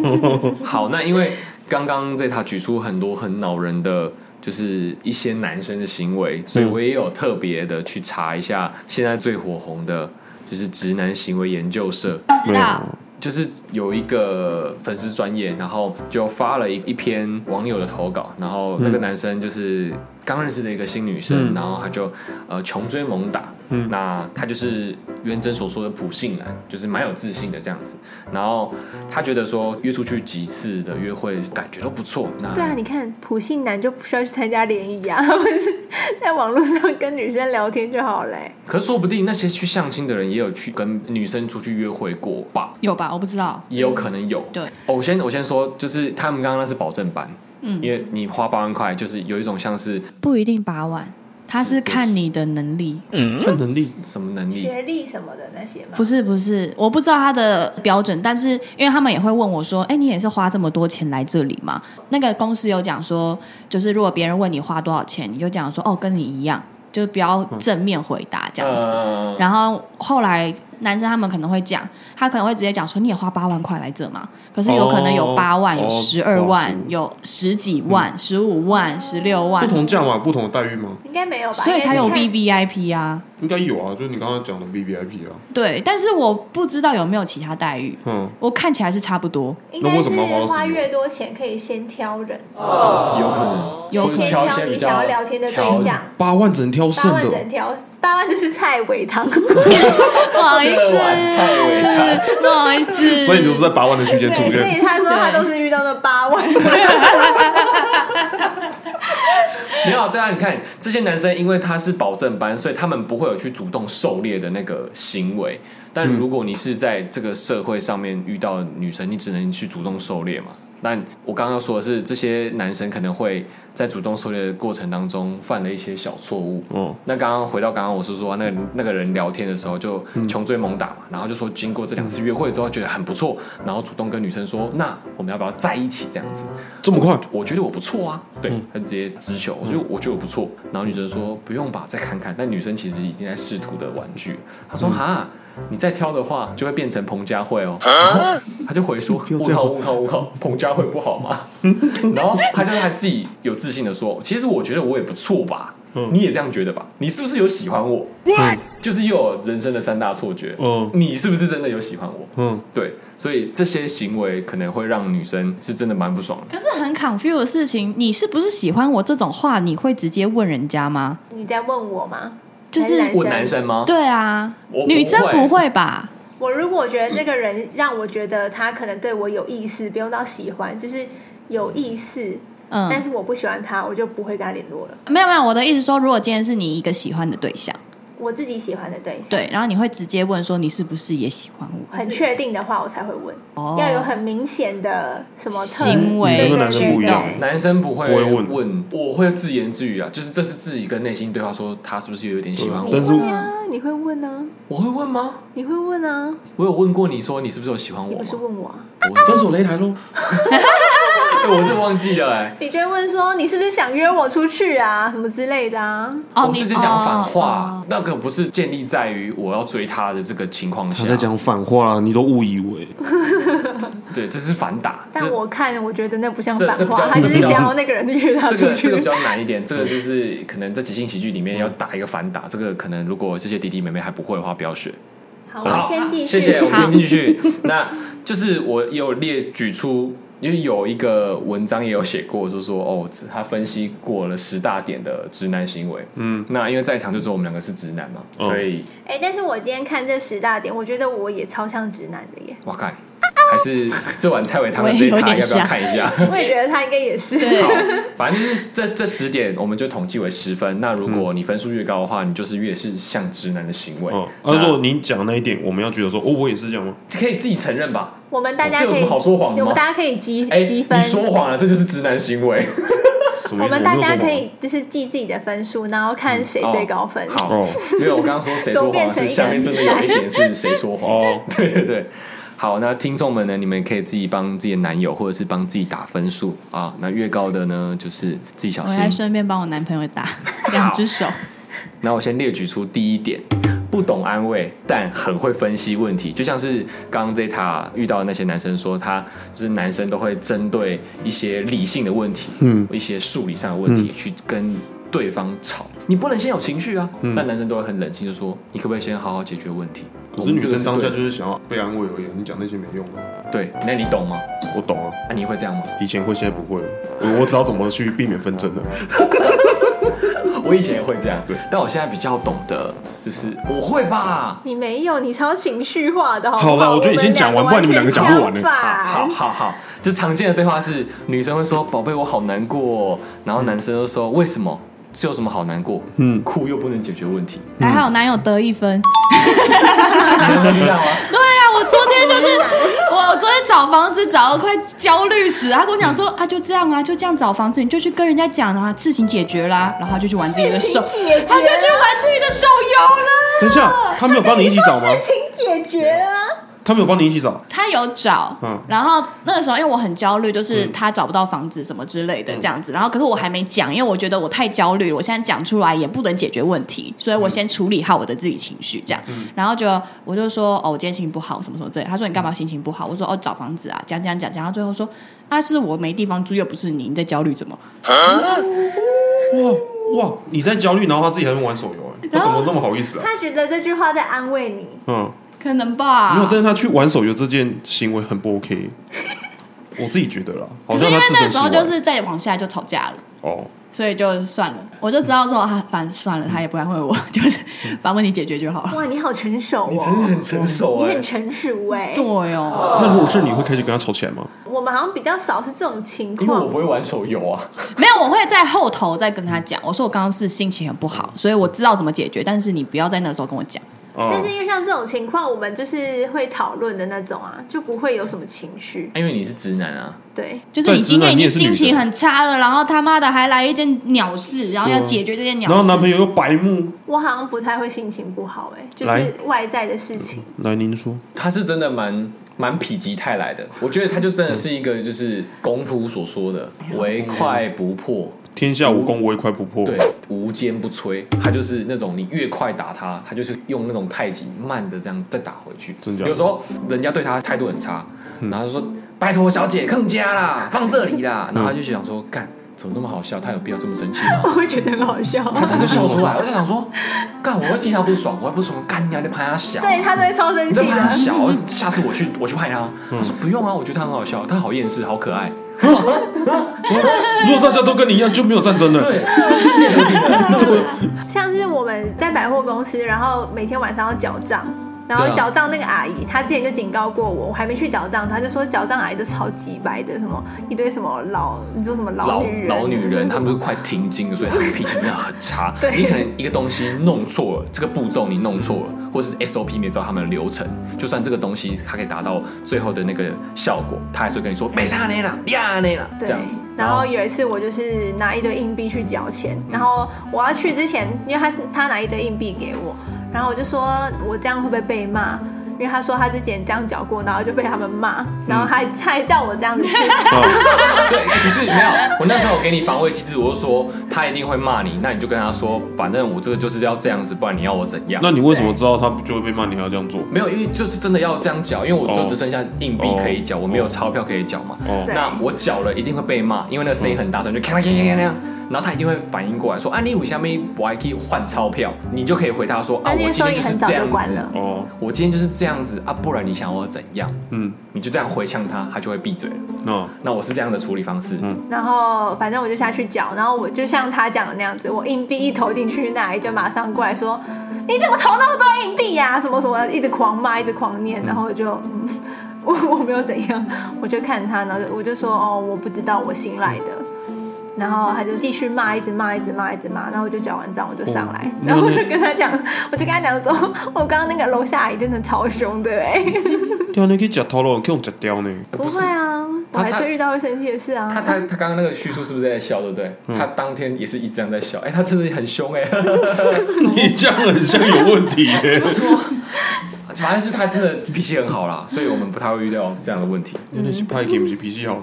D: 好，那因为刚刚在他举出很多很恼人的，就是一些男生的行为，所以我也有特别的去查一下现在最火红的，就是直男行为研究社。
E: 知道。
D: 就是有一个粉丝专业，然后就发了一一篇网友的投稿，然后那个男生就是刚认识的一个新女生，然后他就呃穷追猛打，嗯，那他就是元真所说的普信男，就是蛮有自信的这样子。然后他觉得说约出去几次的约会感觉都不错，那
A: 对啊，你看普信男就不需要去参加联谊啊，他们是在网络上跟女生聊天就好嘞、
E: 嗯
D: 可是说不定那些去相亲的人也有去跟女生出去约会过吧，
E: 有吧？我不知道。
D: 也有可能有。
E: 嗯对
D: 哦，我先我先说，就是他们刚刚那是保证班，嗯，因为你花八万块，就是有一种像是
E: 不一定把碗，他
D: 是
E: 是
D: 不
E: 看
D: 是
E: 你的能力。
B: 看能力
D: 什么能力，
A: 学历什么的那些嘛。
E: 不是不是，我不知道他的标准，但是因为他们也会问我说：“哎，你也是花这么多钱来这里吗？”那个公司有讲说，就是如果别人问你花多少钱，你就讲说：“哦，跟你一样。”就不要正面回答这样子。
D: 呃
E: 然后后来男生他们可能会讲，他可能会直接讲说：“你也花八万块来这嘛？”可是有可能有
B: 哦
E: 八万，有
B: 哦
E: 十二万，
B: 哦
E: 有十几万、十五万、十
B: 嗯
E: 六
B: 不
E: 万，
B: 同哎价码、不同的待遇吗？
A: 应该没有吧？
E: 所以才有
A: 应该是
E: V
A: 看
E: V I P 啊。
B: 应该有啊，就是你刚刚讲的 V V I P 啊，
E: 对，但是我不知道有没有其他待遇。
B: 嗯，
E: 我看起来是差不多，
A: 应
B: 那
A: 该
B: 为什么要花到
A: 是
B: 十
A: 花
B: 五
A: 越多钱可以先挑人，
D: 有可能，
E: 有可
D: 或者
E: 能
D: 挑一些比
A: 你想
D: 较
A: 要聊天的对
D: 挑
A: 象，
B: 八万只能挑
A: 八
B: 剩
A: 万
B: 的哦
A: 整，嗯条，八万就是菜尾汤，
E: 不好意
D: 这碗菜尾
E: 思，
D: 汤
E: 不好意思，
B: 所以你就是在八万的区间
A: 对，
B: 出
A: 所
B: 现。
A: 以他说他都是遇到那八 万，
D: 没有，对啊，你看这些男生，因为他是保证班，所以他们不会有去主动狩猎的那个行为。但如果你是在这个社会上面遇到女生，你只能去主动狩猎嘛。但我刚刚说的是，这些男生可能会在主动狩猎的过程当中犯了一些小错误。
B: 哦，
D: 那刚刚回到刚刚我是说，那个那个人聊天的时候就穷追猛打嘛，然后就说经过这两次约会之后觉得很不错，然后主动跟女生说，那我们要不要在一起这样子？
B: 这么快？
D: 我觉得我不错啊，对，他直接直球，我觉
B: 嗯
D: 得我觉得我不错，然后女生说不用吧，再看看。但女生其实已经在试图的玩具，她
B: 嗯
D: 说哈，你再挑的话就会变成彭佳慧哦，然后她就回说
B: 要
D: 我
B: 这样
D: 靠我靠我靠，彭佳慧不好吗？ 然后她就她自己有自信的说，其实我觉得我也不错吧，
B: 嗯
D: 你也这样觉得吧？你是不是有喜欢我？嗯就是又有人生的三大错觉，
B: 嗯
D: 你是不是真的有喜欢我？
B: 嗯，
D: 对，所以这些行为可能会让女生是真的蛮不爽的。
E: 可是很 confuse 的事情，你是不是喜欢我这种话，你会直接问人家吗？
A: 你在问我吗？
E: 就是
A: 还
D: 问男生吗？
E: 对啊
D: 我，
E: 女生
D: 不会
E: 不会吧？
A: 我如果觉得这个人让我觉得他可能对我有意思，不用到喜欢，就是有意思，
E: 嗯，
A: 但是我不喜欢他，我就不会跟他联络了。
E: 没有没有，我的意思说，如果今天是你一个喜欢的对象，
A: 我自己喜欢的对象，
E: 对，然后你会直接问说你是不是也喜欢我？
A: 很确定的话，我才会问，
E: 哦
A: 要有很明显的什么特
E: 行为
A: 对
E: 你跟
B: 男生不一样
A: 对对对
D: 男生不会
B: 不会问
D: 我会自言自语啊，就是这是自己跟内心对话，说他是不是有点喜欢
B: 但
D: 我？
B: 是
A: 你会啊，你会问啊，
D: 我会问吗？
A: 你会问啊，
D: 我有问过你说你是不是有喜欢
A: 你
D: 我
A: 不
D: 吗？
A: 是问我啊，
B: 分手擂台喽！
D: 哎我真的忘记了哎、
B: 哦
A: 你就会问说你是不是想约我出去啊，什么之类的啊。
E: 哦，
D: 我
E: 你
D: 是在讲反
E: 哦
D: 话
E: 哦，
D: 那个不是建立在于我要追他的这个情况
B: 他
D: 下
B: 在，讲反话啊啦，你都误以为。
D: 对，这是反打。
A: 但
D: 这
A: 我看，我觉得那不像
D: 这
A: 反
D: 这比较
A: 话，他就是
B: 这比较
A: 想要那个人就约他
D: 这
A: 出
D: 个
A: 去
D: 这个。比较难一点，这个就是可能在即兴喜剧里面要打一个反打，这个可能如果这些弟弟妹妹还不会的话，不要学。
A: 好，我们
D: 好，
A: 先继续。
D: 谢谢，我
E: 好
D: 们先继续。 那就是我有列举出，因为有一个文章也有写过，就是说哦，他分析过了十大点的直男行为。嗯，那因为在场就只有我们两个是直男嘛，
B: 哦
D: 所以
A: 哎、但是我今天看这十大点，我觉得我也超像直男 的耶，
D: 哇看，还是这碗菜尾汤的这一
E: 我也有
D: 趴
E: 点
D: 要不要
E: 像
D: 看一下？
A: 我也觉得他应该也是。
D: 好，反正就是这这十点，我们就统计为十分。那如果你分数越高的话，你就是越是像直男的行为。
B: 嗯哦，
D: 那
B: 他说你讲那一点，我们要觉得说，哦，我也是这样吗？
D: 可以自己承认吧？
A: 我们大家
D: 哦这有
A: 可
D: 什
A: 以，
D: 么好说谎的吗
A: 我们大家可以积、
D: 哎，
A: 积
D: 你
A: 分。
D: 说谎了，这就是直男行为。
B: 什 么
A: 我
B: 意思？
A: 们大
B: 没有
A: 家
B: 说
A: 可
B: 谎
A: 以就是记自己的分数，然后看谁最高分。
D: 嗯哦好
B: 哦，
D: 没有，我刚刚说谁说
A: 总变
D: 谎
A: 成
D: 是
A: 一个
D: 下面真的有一点是谁说谎。
B: 哦，
D: 对对对，好，那听众们呢，你们可以自己帮自己的男友或者是帮自己打分数啊。那越高的呢，就是自己小
E: 哦我还
D: 心。嗯
E: 顺便帮我男朋友打两只手，
D: 那我先列举出第一点，不懂安慰，但很会分析问题。就像是刚刚这一塔遇到的那些男生说，他就是男生都会针对一些理性的问题，嗯，一些数理上的问题、去跟。对方吵，你不能先有情绪啊！那、男生都会很冷静，就说：“你可不可以先好好解决问题？”
B: 可
D: 我
B: 是
D: 们
B: 女
D: 这个
B: 生当
D: 对
B: 下
D: 的
B: 就是想要被安慰而已，你讲那些没用啊。
D: 对，那你懂吗？
B: 我懂啊，
D: 啊，你会这样吗？
B: 以前会，现在不会了。我我知道怎么去避免纷争了。
D: 我以前也会这样，但我现在比较懂得，就是我会吧。
A: 你没有，你超情绪化的好不
B: 好啦
A: 我
B: 我觉得已经讲完不然你们两个讲不完了
D: 好
A: 了。
D: 好好，就常见的对话是女生会说：“宝贝，我好难过、哦。”然后男生就说：“为什么？这有什么好难过？嗯，哭又不能解决问题。
E: 还好男友得一 分。”
D: 你知道吗？
E: 对啊，我昨 天就是我昨天找房子找的快焦虑死了，他跟我讲说啊就这样啊，就这样找房子，你就去跟人家讲啊，事情解决啦，然后他就去玩自己的
A: 事
E: 手
A: 情，解决
E: 他就去玩自己的手游了。
B: 等一下， 他没有帮你一起找吗？
A: 事情解决了，
B: 他没有帮你一起找，
E: 他有找
B: 嗯，
E: 然后那个时候因为我很焦虑，就是他找不到房子什么之类的
B: 嗯
E: 这样子，然后可是我还没讲，因为我觉得我太焦虑了，我现在讲出来也不能解决问题，所以
B: 嗯
E: 我先处理好我的自己情绪这样，然后就我就说哦，我今天心情不好什么什么之类的，他说你干嘛心情不好？我说哦找房子啊，讲讲讲讲到最后说啊是我没地方住，又不是你，你在焦虑什么？
B: 哇哇，你在焦虑，然后他自己还在玩手游，哎，他怎么那么好意思啊？
A: 他觉得这句话在安慰你。
B: 嗯，
E: 可能
B: 没有，
E: 吧
B: 但。是他去玩手游这件行为很不 OK，我自己觉得啦，好
E: 可是
B: 像
E: 因
B: 他
E: 为
B: 自
E: 那
B: 身
E: 个时
B: 事
E: 候
B: 外
E: 就是再往下就吵架了。
B: 哦，
E: 所以就算了，我就知道说啊，反正算了，他也不安慰我，
B: 嗯
E: 就是把问题解决就好 了。
A: 哇，你好成熟哦，
D: 你真的很成熟
A: 你
D: 哎、
A: 很成熟哎。
E: 对哦，
B: 那如果是你会开始跟他吵起来吗？
A: 我们好像比较少是这种情
D: 因为我
A: 况
D: 不。会玩手游啊。
E: 没有，我会在后头再跟他讲，我说我刚刚是心情很不好，所以我知道怎么解决，但是你不要在那时候跟我讲。
B: 哦
D: 啊
A: 但，是因为像这种情况，我们就是会讨论的那种啊，就不会有什么情绪。
D: 因为你是直男啊，
A: 对，
E: 就是你今天已
B: 在直男
E: 经心
B: 你也是女
E: 情
B: 的
E: 很差了，然后他妈的还来一件鸟事，然后要解决这件鸟事。
B: 啊然后男朋友又白目，
A: 我好像不太会心情不好哎、就
B: 来
A: 是外在的事情。
B: 来您说，
D: 他是真的蛮蛮否极泰来的。我觉得他就真的是一个就是功夫所说的唯快不破，
B: 天下武功我也快不破，
D: 对，无坚不摧。他就是那种你越快打他，他就是用那种太极慢的这样再打回去。
B: 真假的嗯
D: 有时候人家对他态度很差，然后就说拜托小姐更加啦，放这
B: 嗯
D: 里啦，然后他就想说干。怎么那么好笑？他有必要这么生气 吗？
A: 我会觉得很好笑，
D: 他他就笑出来，我就想说，干，我会替他不爽，我还不爽，干你还在拍他小，
A: 对他都会超生
D: 你
A: 气
D: 在拍他
A: 的。
D: 小，
B: 嗯
D: 下次我去我去拍他。他说不用啊，我觉得他很好笑，他好厌世，好可爱。我说
B: 如果大家都跟你一样，就没有战争了。
D: 对，这个世界和平了。
A: 像是我们在百货公司，然后每天晚上要缴账，然后
D: 对啊
A: 缴账那个阿姨，她之前就警告过我，我还没去缴账，她就说缴账阿姨都超级白的，什么一堆什么老，你说什么
D: 老
A: 女人，
D: 老女人，
A: 什
D: 她
A: 么。
D: 们快停经了，所以她们脾气真的很差
A: 对
D: 你可能一个东西弄错了，这个步骤你弄错了，或是 SOP 没照他们的流程，就算这个东西它可以达到最后的那个效果，她还是会跟你说没啥那啦，呀那啦这
A: 对
D: 样子。，
A: 然后有一次我就是拿一堆硬币去缴钱，
D: 嗯
A: 然后我要去之前，因为他是他拿一堆硬币给我，然后我就说我这样会不会被骂？因为他说他之前这样缴过，然后就被他们骂，然后还、他还叫我这样子去，
D: 对，可是没有，我那时候给你防卫机制，我就说他一定会骂你，那你就跟他说，反正我这个就是要这样子，不然你要我怎样？
B: 那你为什么知道他就会被骂？你还要这样做？
D: 没有，因为就是真的要这样缴，因为我就只剩下硬币可以缴，
B: 哦
D: 我没有钞票可以缴嘛。
B: 哦
A: 对
D: 那我缴了一定会被骂，因为那个声音很大声，就咔咔咔咔咔，然后他一定会反应过来说啊，你五下面我还可以换钞票，你就可以回他说啊，
A: 但是
D: 我今
A: 收
D: 天
A: 银
D: 就是
A: 很早
D: 这
A: 就
D: 样
A: 关
D: 子，
A: 了。
B: 哦，
D: 我今天就是这样子啊，不然你想我怎样？
B: 嗯，
D: 你就这样回呛他，他就会闭嘴了。
B: 那
D: 那我是这样的处理方式，
B: 嗯
A: 然后反正我就下去缴，然后我就像他讲的那样子，我硬币一投进去，那阿姨就马上过来说：“你怎么投那么多硬币呀、什么什么，一直狂骂，一直狂念。”然后我就。嗯我 我没有怎样，我就看他，然后我就说哦，我不知道，我新来的。然后他就继续骂，一直骂，一直骂，一直骂。然后我就缴完账，我就上来，
D: 嗯
A: 然后我就跟他讲，我就跟他讲说，我刚刚那个楼下阿姨真的超凶的哎、
B: 对啊，你可以吃头了，给我吃掉呢。
D: 呃
A: 不
D: 不是
A: 会啊，我
D: 他
A: 还
D: 他
A: 是遇到会生气的事啊。
D: 他他他刚刚那个叙述是不是在笑，对不对？
B: 嗯
D: 他当天也是一直这样在笑，哎、他真的很凶哎、
B: 你这样很像有问题耶。
D: 反正是他真的脾气很好啦，所以我们不太会遇到这样的问题。
B: 那是派 game 是脾气好的。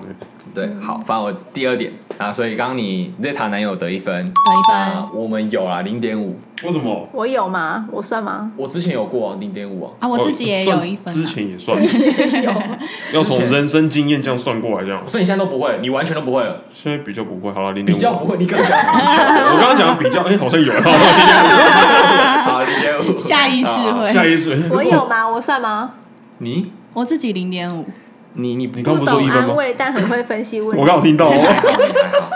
D: 对，好，反正我第二点啊，所以刚刚你这塔男友得一分，
E: 得一分
D: 啊我们有啦零点五，
B: 为什么？
A: 我有吗？我算吗？
D: 我之前有过零点五啊，
E: 啊，我自己也有一
B: 哦
E: 分
B: 算之
E: 啊、
B: 前也 算，要从人生经验这样算过来，这样
D: 所以你现在都不会，你完全都不会了，
B: 现在比较不会。好了，零点
D: 比
B: 五，
D: 较不会，你刚刚讲比 较
B: 我刚刚讲比较，哎，好像有，
D: 好零点五，
E: 下意识
D: 啊
E: 会，
B: 下意识。
A: 我有吗？我算吗？
D: 你
E: 我自己零点五，
D: 你你不
B: 你刚不
A: 不
B: 是说一
A: 懂
B: 分
A: 安
B: 吗？
A: 慰，但很会分析问
B: 我
A: 题。
B: 刚好听到哦。
D: 还好你还好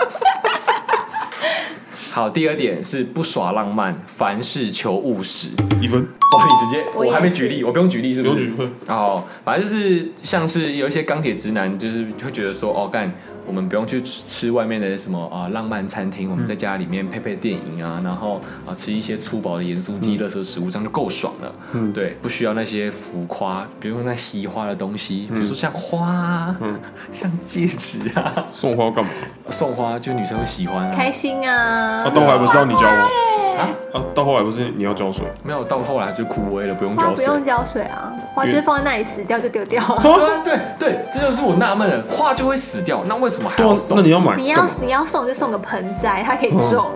D: 好，第二点是不耍浪漫，凡事求务实。
B: 一分，
D: 哇，你直接，
A: 我也
D: 我还没举例，我不用举例是
B: 不
D: 不
B: 用
D: 是
B: 举？分，
D: 哦，反正就是像是有一些钢铁直男，就是会觉得说，哦，干，我们不用去吃外面的什么啊、浪漫餐厅，我们在家里面配配电影啊，然后啊吃一些粗饱的盐酥鸡、热圾食物，这样就够爽了。嗯，对，不需要那些浮夸，比如说那稀花的东西，比如说像花啊，
B: 嗯
D: 像戒指啊，
B: 送花要干嘛？
D: 送花就女生会喜欢啊。
A: 开心啊！
B: 啊，到后来不是要你教我
D: 啊，
B: 啊，到后来不是你要教我水，
D: 没有，到后来就枯萎了，不用
A: 花
D: 浇
A: 不
D: 水。
A: 用浇水啊，花就是放在那里死掉就丢掉了。
D: 对对对，这就是我纳闷了，花就会死掉，那为什么还
B: 对啊
D: 要，送？
B: 那你要买干嘛，
A: 你要你要送就送个盆栽，它可以种。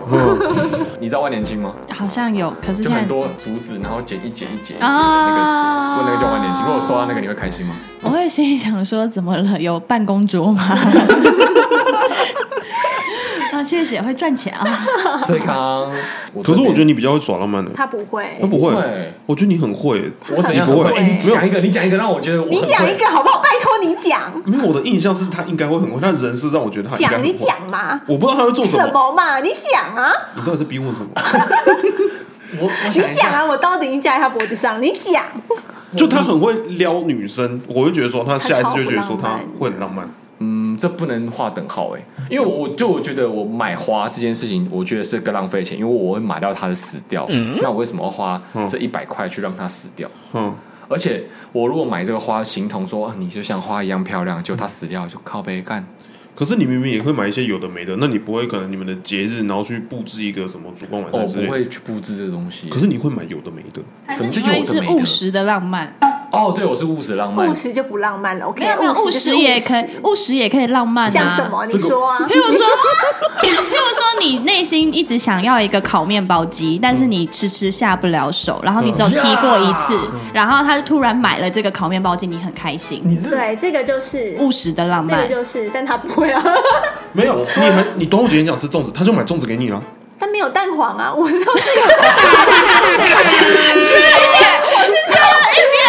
D: 你知道万年青吗？
E: 好像有，可是
D: 就
E: 现在
D: 很多竹子，然后剪一剪一剪一剪的那个，
E: 嗯
B: 哦
E: 啊，
D: 问那个叫万年青。如果收到那个，你会开心吗？
E: 我会心里想说，怎么了？有办公桌吗？ 啊，谢谢，会赚钱啊！
D: 所以康，
B: 可是我觉得
D: 得
B: 你比较会耍浪漫的，
A: 它不会
B: 我，不会
D: 会，
B: 我觉得你很会。
D: 我怎样
B: 你不会
D: 哎你讲一个，你讲一个，让我觉得我
A: 你
D: 很
A: 讲
D: 会
A: 一个好不好？拜托你讲，
B: 因为我的印象是他应该会很会，他人是让我觉得他应该
A: 讲
B: 很
A: 你
B: 会，
A: 讲嘛，
B: 我不知道他啊会做什
A: 什
B: 么，
A: 么嘛？你讲啊，
B: 你到底在逼问什么？
D: 我我
A: 你
D: 想一
A: 讲
D: 下，
A: 啊，我刀子已经架在他脖子上，你讲。
B: 就他很会撩女生，我会觉得说他下一次就觉得说
A: 他超不浪
B: 他
A: 漫
B: 会很浪漫，
D: 嗯，这不能画等号哎，因为我就我觉得我买花这件事情，我觉得是个浪费钱，因为我会买到它的死掉，那我为什么要花这一百块去让它死掉？
B: 嗯，
D: 而且我如果买这个花，形同说啊你就像花一样漂亮，结果它死掉就靠背干。
B: 可是你明明也会买一些有的没的，那你不会可能你们的节日然后去布置一个什么烛光晚
D: 哦，
B: 餐
D: 我
B: 之
D: 不
B: 类的，
D: 会去布置这东西。
B: 嗯可是你会买有的没的，
E: 还
D: 是
E: 是
D: 你
E: 你
D: 会
E: 会
D: 是
E: 是
D: 务
E: 务
D: 实
E: 实的浪漫？
D: 哦，对，我是务实浪漫
A: 务。实就不浪漫了，OK？
E: 没有没有，务实也可以，务实也可以浪漫啊。
A: 像什？么？你
B: 这个
A: 说啊
E: 譬，如 说，譬如说，你内心一直想要一个烤面包机，但是你迟迟下不了
B: 嗯
E: 手，然后你只有踢过一次，然后他就突然买了这个烤面包机，你很开心，
D: 你这
A: 对，这个就是
E: 务实的浪
A: 这个
E: 漫。
A: 就是，但他不会啊，
B: 没有，你们你端午节你想吃粽子，他就买粽子给你了，
A: 但没有蛋黄啊， 我就是有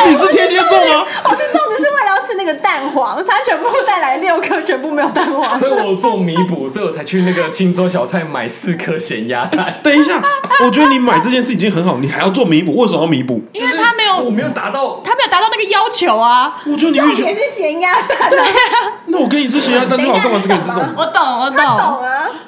B: 你是天蝎座吗？
A: 我吃粽子是为了要吃那个蛋黄，他全部带来六颗，全部没有蛋黄。
D: 所以我做弥补，所以我才去那个青州小菜买四颗咸鸭蛋。
B: 等一下，我觉得你买这件事已经很好，你还要做弥补，为什么要弥补？
E: 因为他没有
D: 就是我没有达到，
E: 他没有达到那个要求啊！
B: 我觉得你
A: 重
B: 必须，
A: 点是咸鸭蛋啊，
B: 那我跟你吃咸鸭蛋就好，干嘛只给你吃粽子？
E: 我懂，我
A: 懂啊？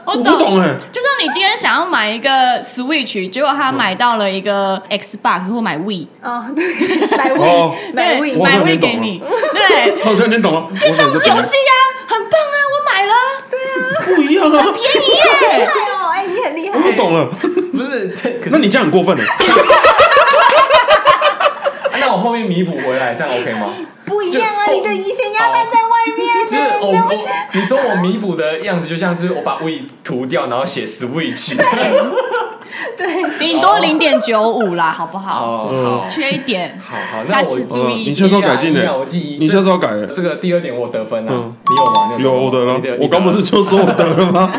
E: 我
B: 我不懂哎、
E: 就像你今天想要买一个 Switch，结果他买到了一个 Xbox 或买 We，
A: 哦，对，买
B: 哦
A: 胃，买胃
B: 我
E: 对，
B: 好像
E: 买 We
B: 听懂
E: 给你，对，
B: 好像你懂了，我懂这
E: 游戏啊，很棒啊，我买了，
B: 不一样啊，
E: 便宜耶！
A: 害哦，哎，你很厉害
B: 我，懂了。
D: 不是这？可是
B: 那你这样很过分了，欸
D: 啊那我后面弥补回来，这样 OK 吗？
A: 不一样啊！
D: 就
A: 你的咸鸭蛋在外面
D: 就是
A: 呢，
D: 我
A: 你怎么
D: 我你说我弥补的样子，就像是我把 we 涂掉，然后写 switch。
A: 对？
E: 顶多零点九五啦，好不好？
D: 哦，好，
E: 缺一点，
D: 好好，那
E: 下
D: 我
E: 次注
B: 嗯你
E: 意。
B: 下次要改进的、
D: 一样一样我记忆
B: 你下次要改、欸。
D: 这个第二点我得分了，
B: 嗯
D: 你有吗？你
B: 有我得
D: 你
B: 了，
D: 你
B: 我刚不是就说我得了 吗？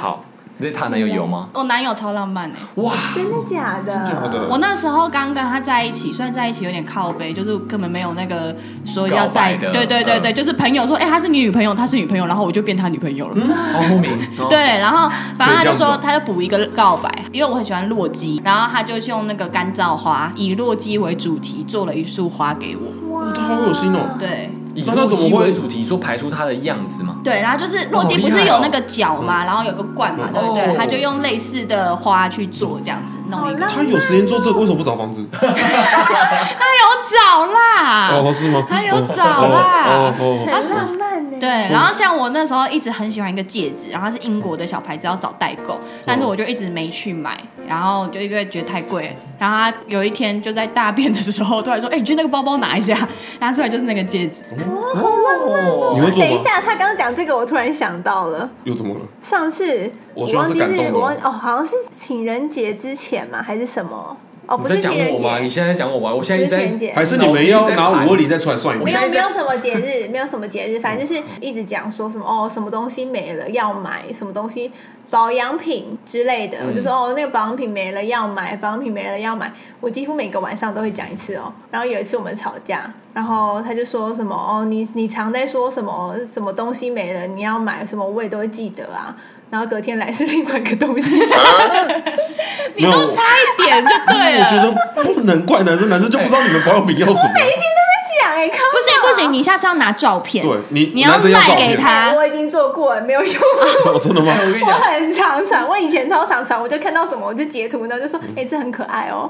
D: 好？你对他男友有吗？
E: 我男友超浪漫哎、
D: 哇，
A: 真的假的？
D: 嗯
E: 我那时候刚跟他在一起，虽然在一起有点靠背，就是根本没有那个说要在，
D: 告白的
E: 对对对对，
D: 嗯
E: 就是朋友说，哎、她是你女朋友，她是女朋友，然后我就变她女朋友了。
D: 好莫名。哦
E: 对，然后反正他就
B: 可以这样
E: 说
B: 子，
E: 他就补一个告白，因为我很喜欢洛基，然后他就用那个干燥花，以洛基为主题做了一束花给我。
B: 哇他好恶心哦、
E: 对
D: 以
B: 那那怎么
D: 基
B: 会
D: 为主题，说排出他的样子吗？
E: 对，然后
B: 哦
E: 就是洛基不是有那个角
B: 嗯
E: 嘛，然后有个冠嘛，对不
D: 哦
E: 对？他就用类似的花去做这样子弄
A: 好
E: 一个，
A: 浪
B: 他有时间做这个，为什么不找房子？
E: 他有哎找
A: 啊
E: 啦，
B: 哦，是吗？
E: 他有找
B: 哦
E: 啦。
B: 哦哦
A: 漫，很浪漫呢。
E: 对，，然后像我那时候一直很喜欢一个戒指，然后它是英国的小牌子，要找代
B: 哦
E: 购，但是我就一直没去买，然后就因为觉得太贵了。然后他有一天就在大便的时候突然说：“哎、你去那个包包拿一下。” 拿出来就是那个戒指，
D: 哦
B: 你会做
A: 等一
B: 吗？
A: 下，他刚讲这个，我突然想到了，
B: 又怎么了？
A: 上次
B: 我觉得
A: 忘记
B: 是感动
A: 我
B: 了
A: 忘哦，好像是情人节之前嘛，还是什么？哦，不
D: 你在
A: 是
D: 讲
A: 情人
D: 我吗？你
A: 节，
D: 现在在讲我吗？我现在一直
A: 不是情人节
D: 在
B: 还是你们要拿五二零再出来算一
D: 我
A: 没
B: 遍？
D: 现在
A: 有
D: 在
A: 没有什么节日，没有什么节 日，反正就是一直讲说什么哦，什么东西没了要买，什么东西保养品之类
D: 嗯
A: 的，我就说哦，那个保养品没了要买，保养品没了要买。我几乎每个晚上都会讲一次哦。然后有一次我们吵架，然后他就说什么哦，你你常在说什么什么东西没了，你要买什么，我也都会记得啊。然后隔天来是另外一个东 西。
E: 你都差一点就 对
B: 我觉
E: 了。
B: 得不能怪男生，男生就不知道你们保养品要什么。
A: 讲哎、欸，
E: 不行不行，你下次要拿照片，
B: 对你，
E: 你要
B: 男生照
E: 赖给
B: 片
E: 他。
A: 我已经做过了，没有用。
B: 哦， 真的吗？
D: 我跟你
A: 我
D: 讲，
A: 很常传，我以前超常传，我就看到什么我就截图，然后就说，
D: 嗯
A: 哎、这很可爱哦、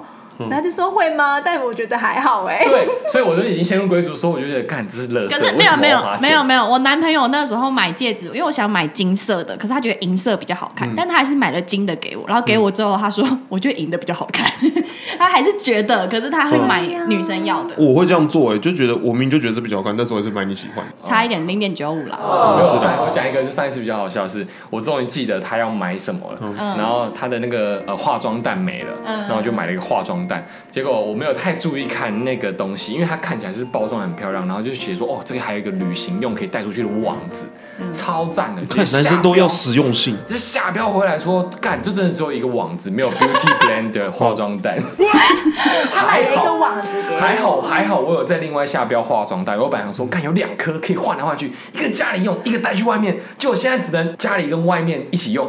A: 然后就说会吗？但我觉得还好哎、
D: 对，所以我就已经先入归属，说我就觉得干，这是乐色，
E: 可是没有
D: 为什
E: 没
D: 么
E: 有
D: 我花钱
E: 没有没有，我男朋友那时候买戒指，因为我想买金色的，可是他觉得银色比较好看，但他还是买了金的给我。然后给我之后，他说我觉得银的比较好看，他还是觉得，可是他会买女生要的，
B: 我会这样做哎、就觉得我明明就觉得这比较好看，但是我还是买你喜欢。
E: 差一点零点九五了。
B: 哦
D: 没有，上我讲一个，就上一次比较好笑的是，我终于记得他要买什么了，
E: 嗯
D: 然后他的那个呃化妆蛋没了，然后我就买了一个化妆蛋，结果我没有太注意看那个东西，因为它看起来就是包装很漂亮，然后就写说哦，这个还有一个旅行用可以带出去的网子，
E: 嗯
D: 超赞的，
B: 看男生都要实用性，
D: 只是下标回来说，干，这真的只有一个网子，没有 Beauty Blender 化妆蛋，
A: 他买了一个网子给
D: 还
A: 我，
D: 好还好，我有在另外下标化妆袋。我本来想说，看有两颗可以换来换去，一个家里用，一个带去外面。就我现在只能家里跟外面一起用。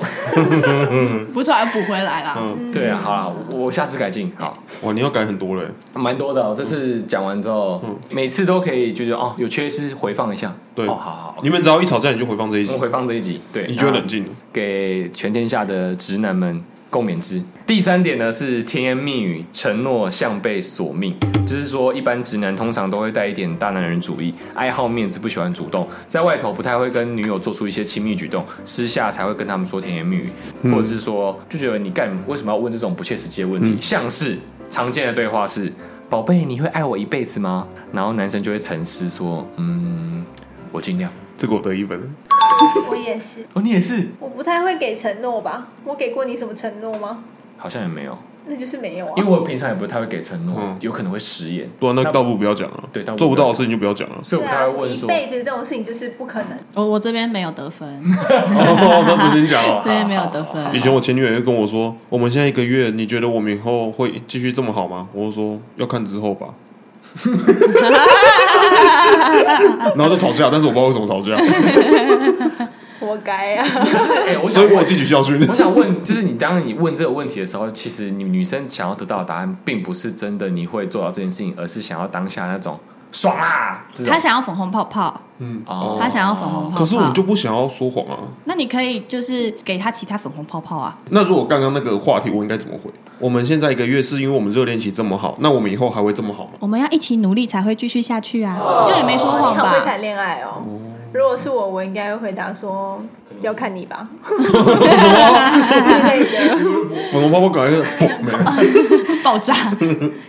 E: 不错，还补回来了。
B: 嗯
D: 对啊，好了，我我下次改进。好，
B: 哇，你要改很多嘞、欸。
D: 蛮多的哦、我这次讲完之后，每次都可以就是哦，有缺失回放一下。
B: 嗯对
D: 哦，好好好，
B: 你们只要一吵架，你就回放这一
D: 我
B: 集
D: 们，回放这一集。对，
B: 你就会
D: 那
B: 冷静了。
D: 给全天下的直男们共勉之。第三点呢是甜言蜜语，承诺像被索命，就是说一般直男通常都会带一点大男人主义，爱好面子，不喜欢主动，在外头不太会跟女友做出一些亲密举动，私下才会跟他们说甜言蜜语，或者是说就觉得你干为什么要问这种不切实际的问题？像是常见的对话是。宝贝，你会爱我一辈子吗？然后男生就会沉思说：“嗯，我尽量。
B: 这个我得一分，
A: 我也是，”
D: 哦，你也是，
A: 我不太会给承诺吧？我给过你什么承诺吗？
D: 好像也没有。
A: 那就是没有啊
D: 因为。我平常也不太会给承诺，
B: 嗯
D: 有可能会食言，
B: 对啊，那倒不如不要讲了。
D: 对倒不如。
B: 做不到的事情就不要讲 了
D: 所以我
A: 对
D: 不太
A: 啊
D: 会，问
A: 一
D: 说，
A: 辈子这种事情就是不可能。
E: 我我这边没有得分，
B: 哦，那直接讲了。
E: 这边没有得分。
B: 以前我前女友就跟我说，我们现在一个月，你觉得我们以后会继续这么好吗？我就说要看之后 吧。然后就吵架，但是我不知道为什么 吵架，
A: 活该啊！
D: 哎、我
B: 所
D: 想
B: 以我有
D: 问，
B: 汲取教训。
D: 我想问，就是你当你问这个问题的时候，其实你女生想要得到的答案，并不是真的你会做到这件事情，而是想要当下那种爽啊，这种
E: 他想要粉红泡泡，
B: 嗯，
D: 哦
E: 他想要粉红泡 泡。
B: 可是我们就不想要说谎啊。
E: 那你可以就是给他其他粉红泡泡啊。
B: 那如果刚刚那个话题，我应该怎么回？我们现在一个月是因为我们热恋期这么好，那我们以后还会这么好吗？
E: 我们要一起努力才会继续下去啊！就也没说
A: 你
E: 谎
A: 好会
E: 吧？
A: 谈恋爱哦。如果是我，我应该会回答说要看你 吧， 之类的。
B: 粉红泡泡搞 一个，砰没了。
E: 爆炸，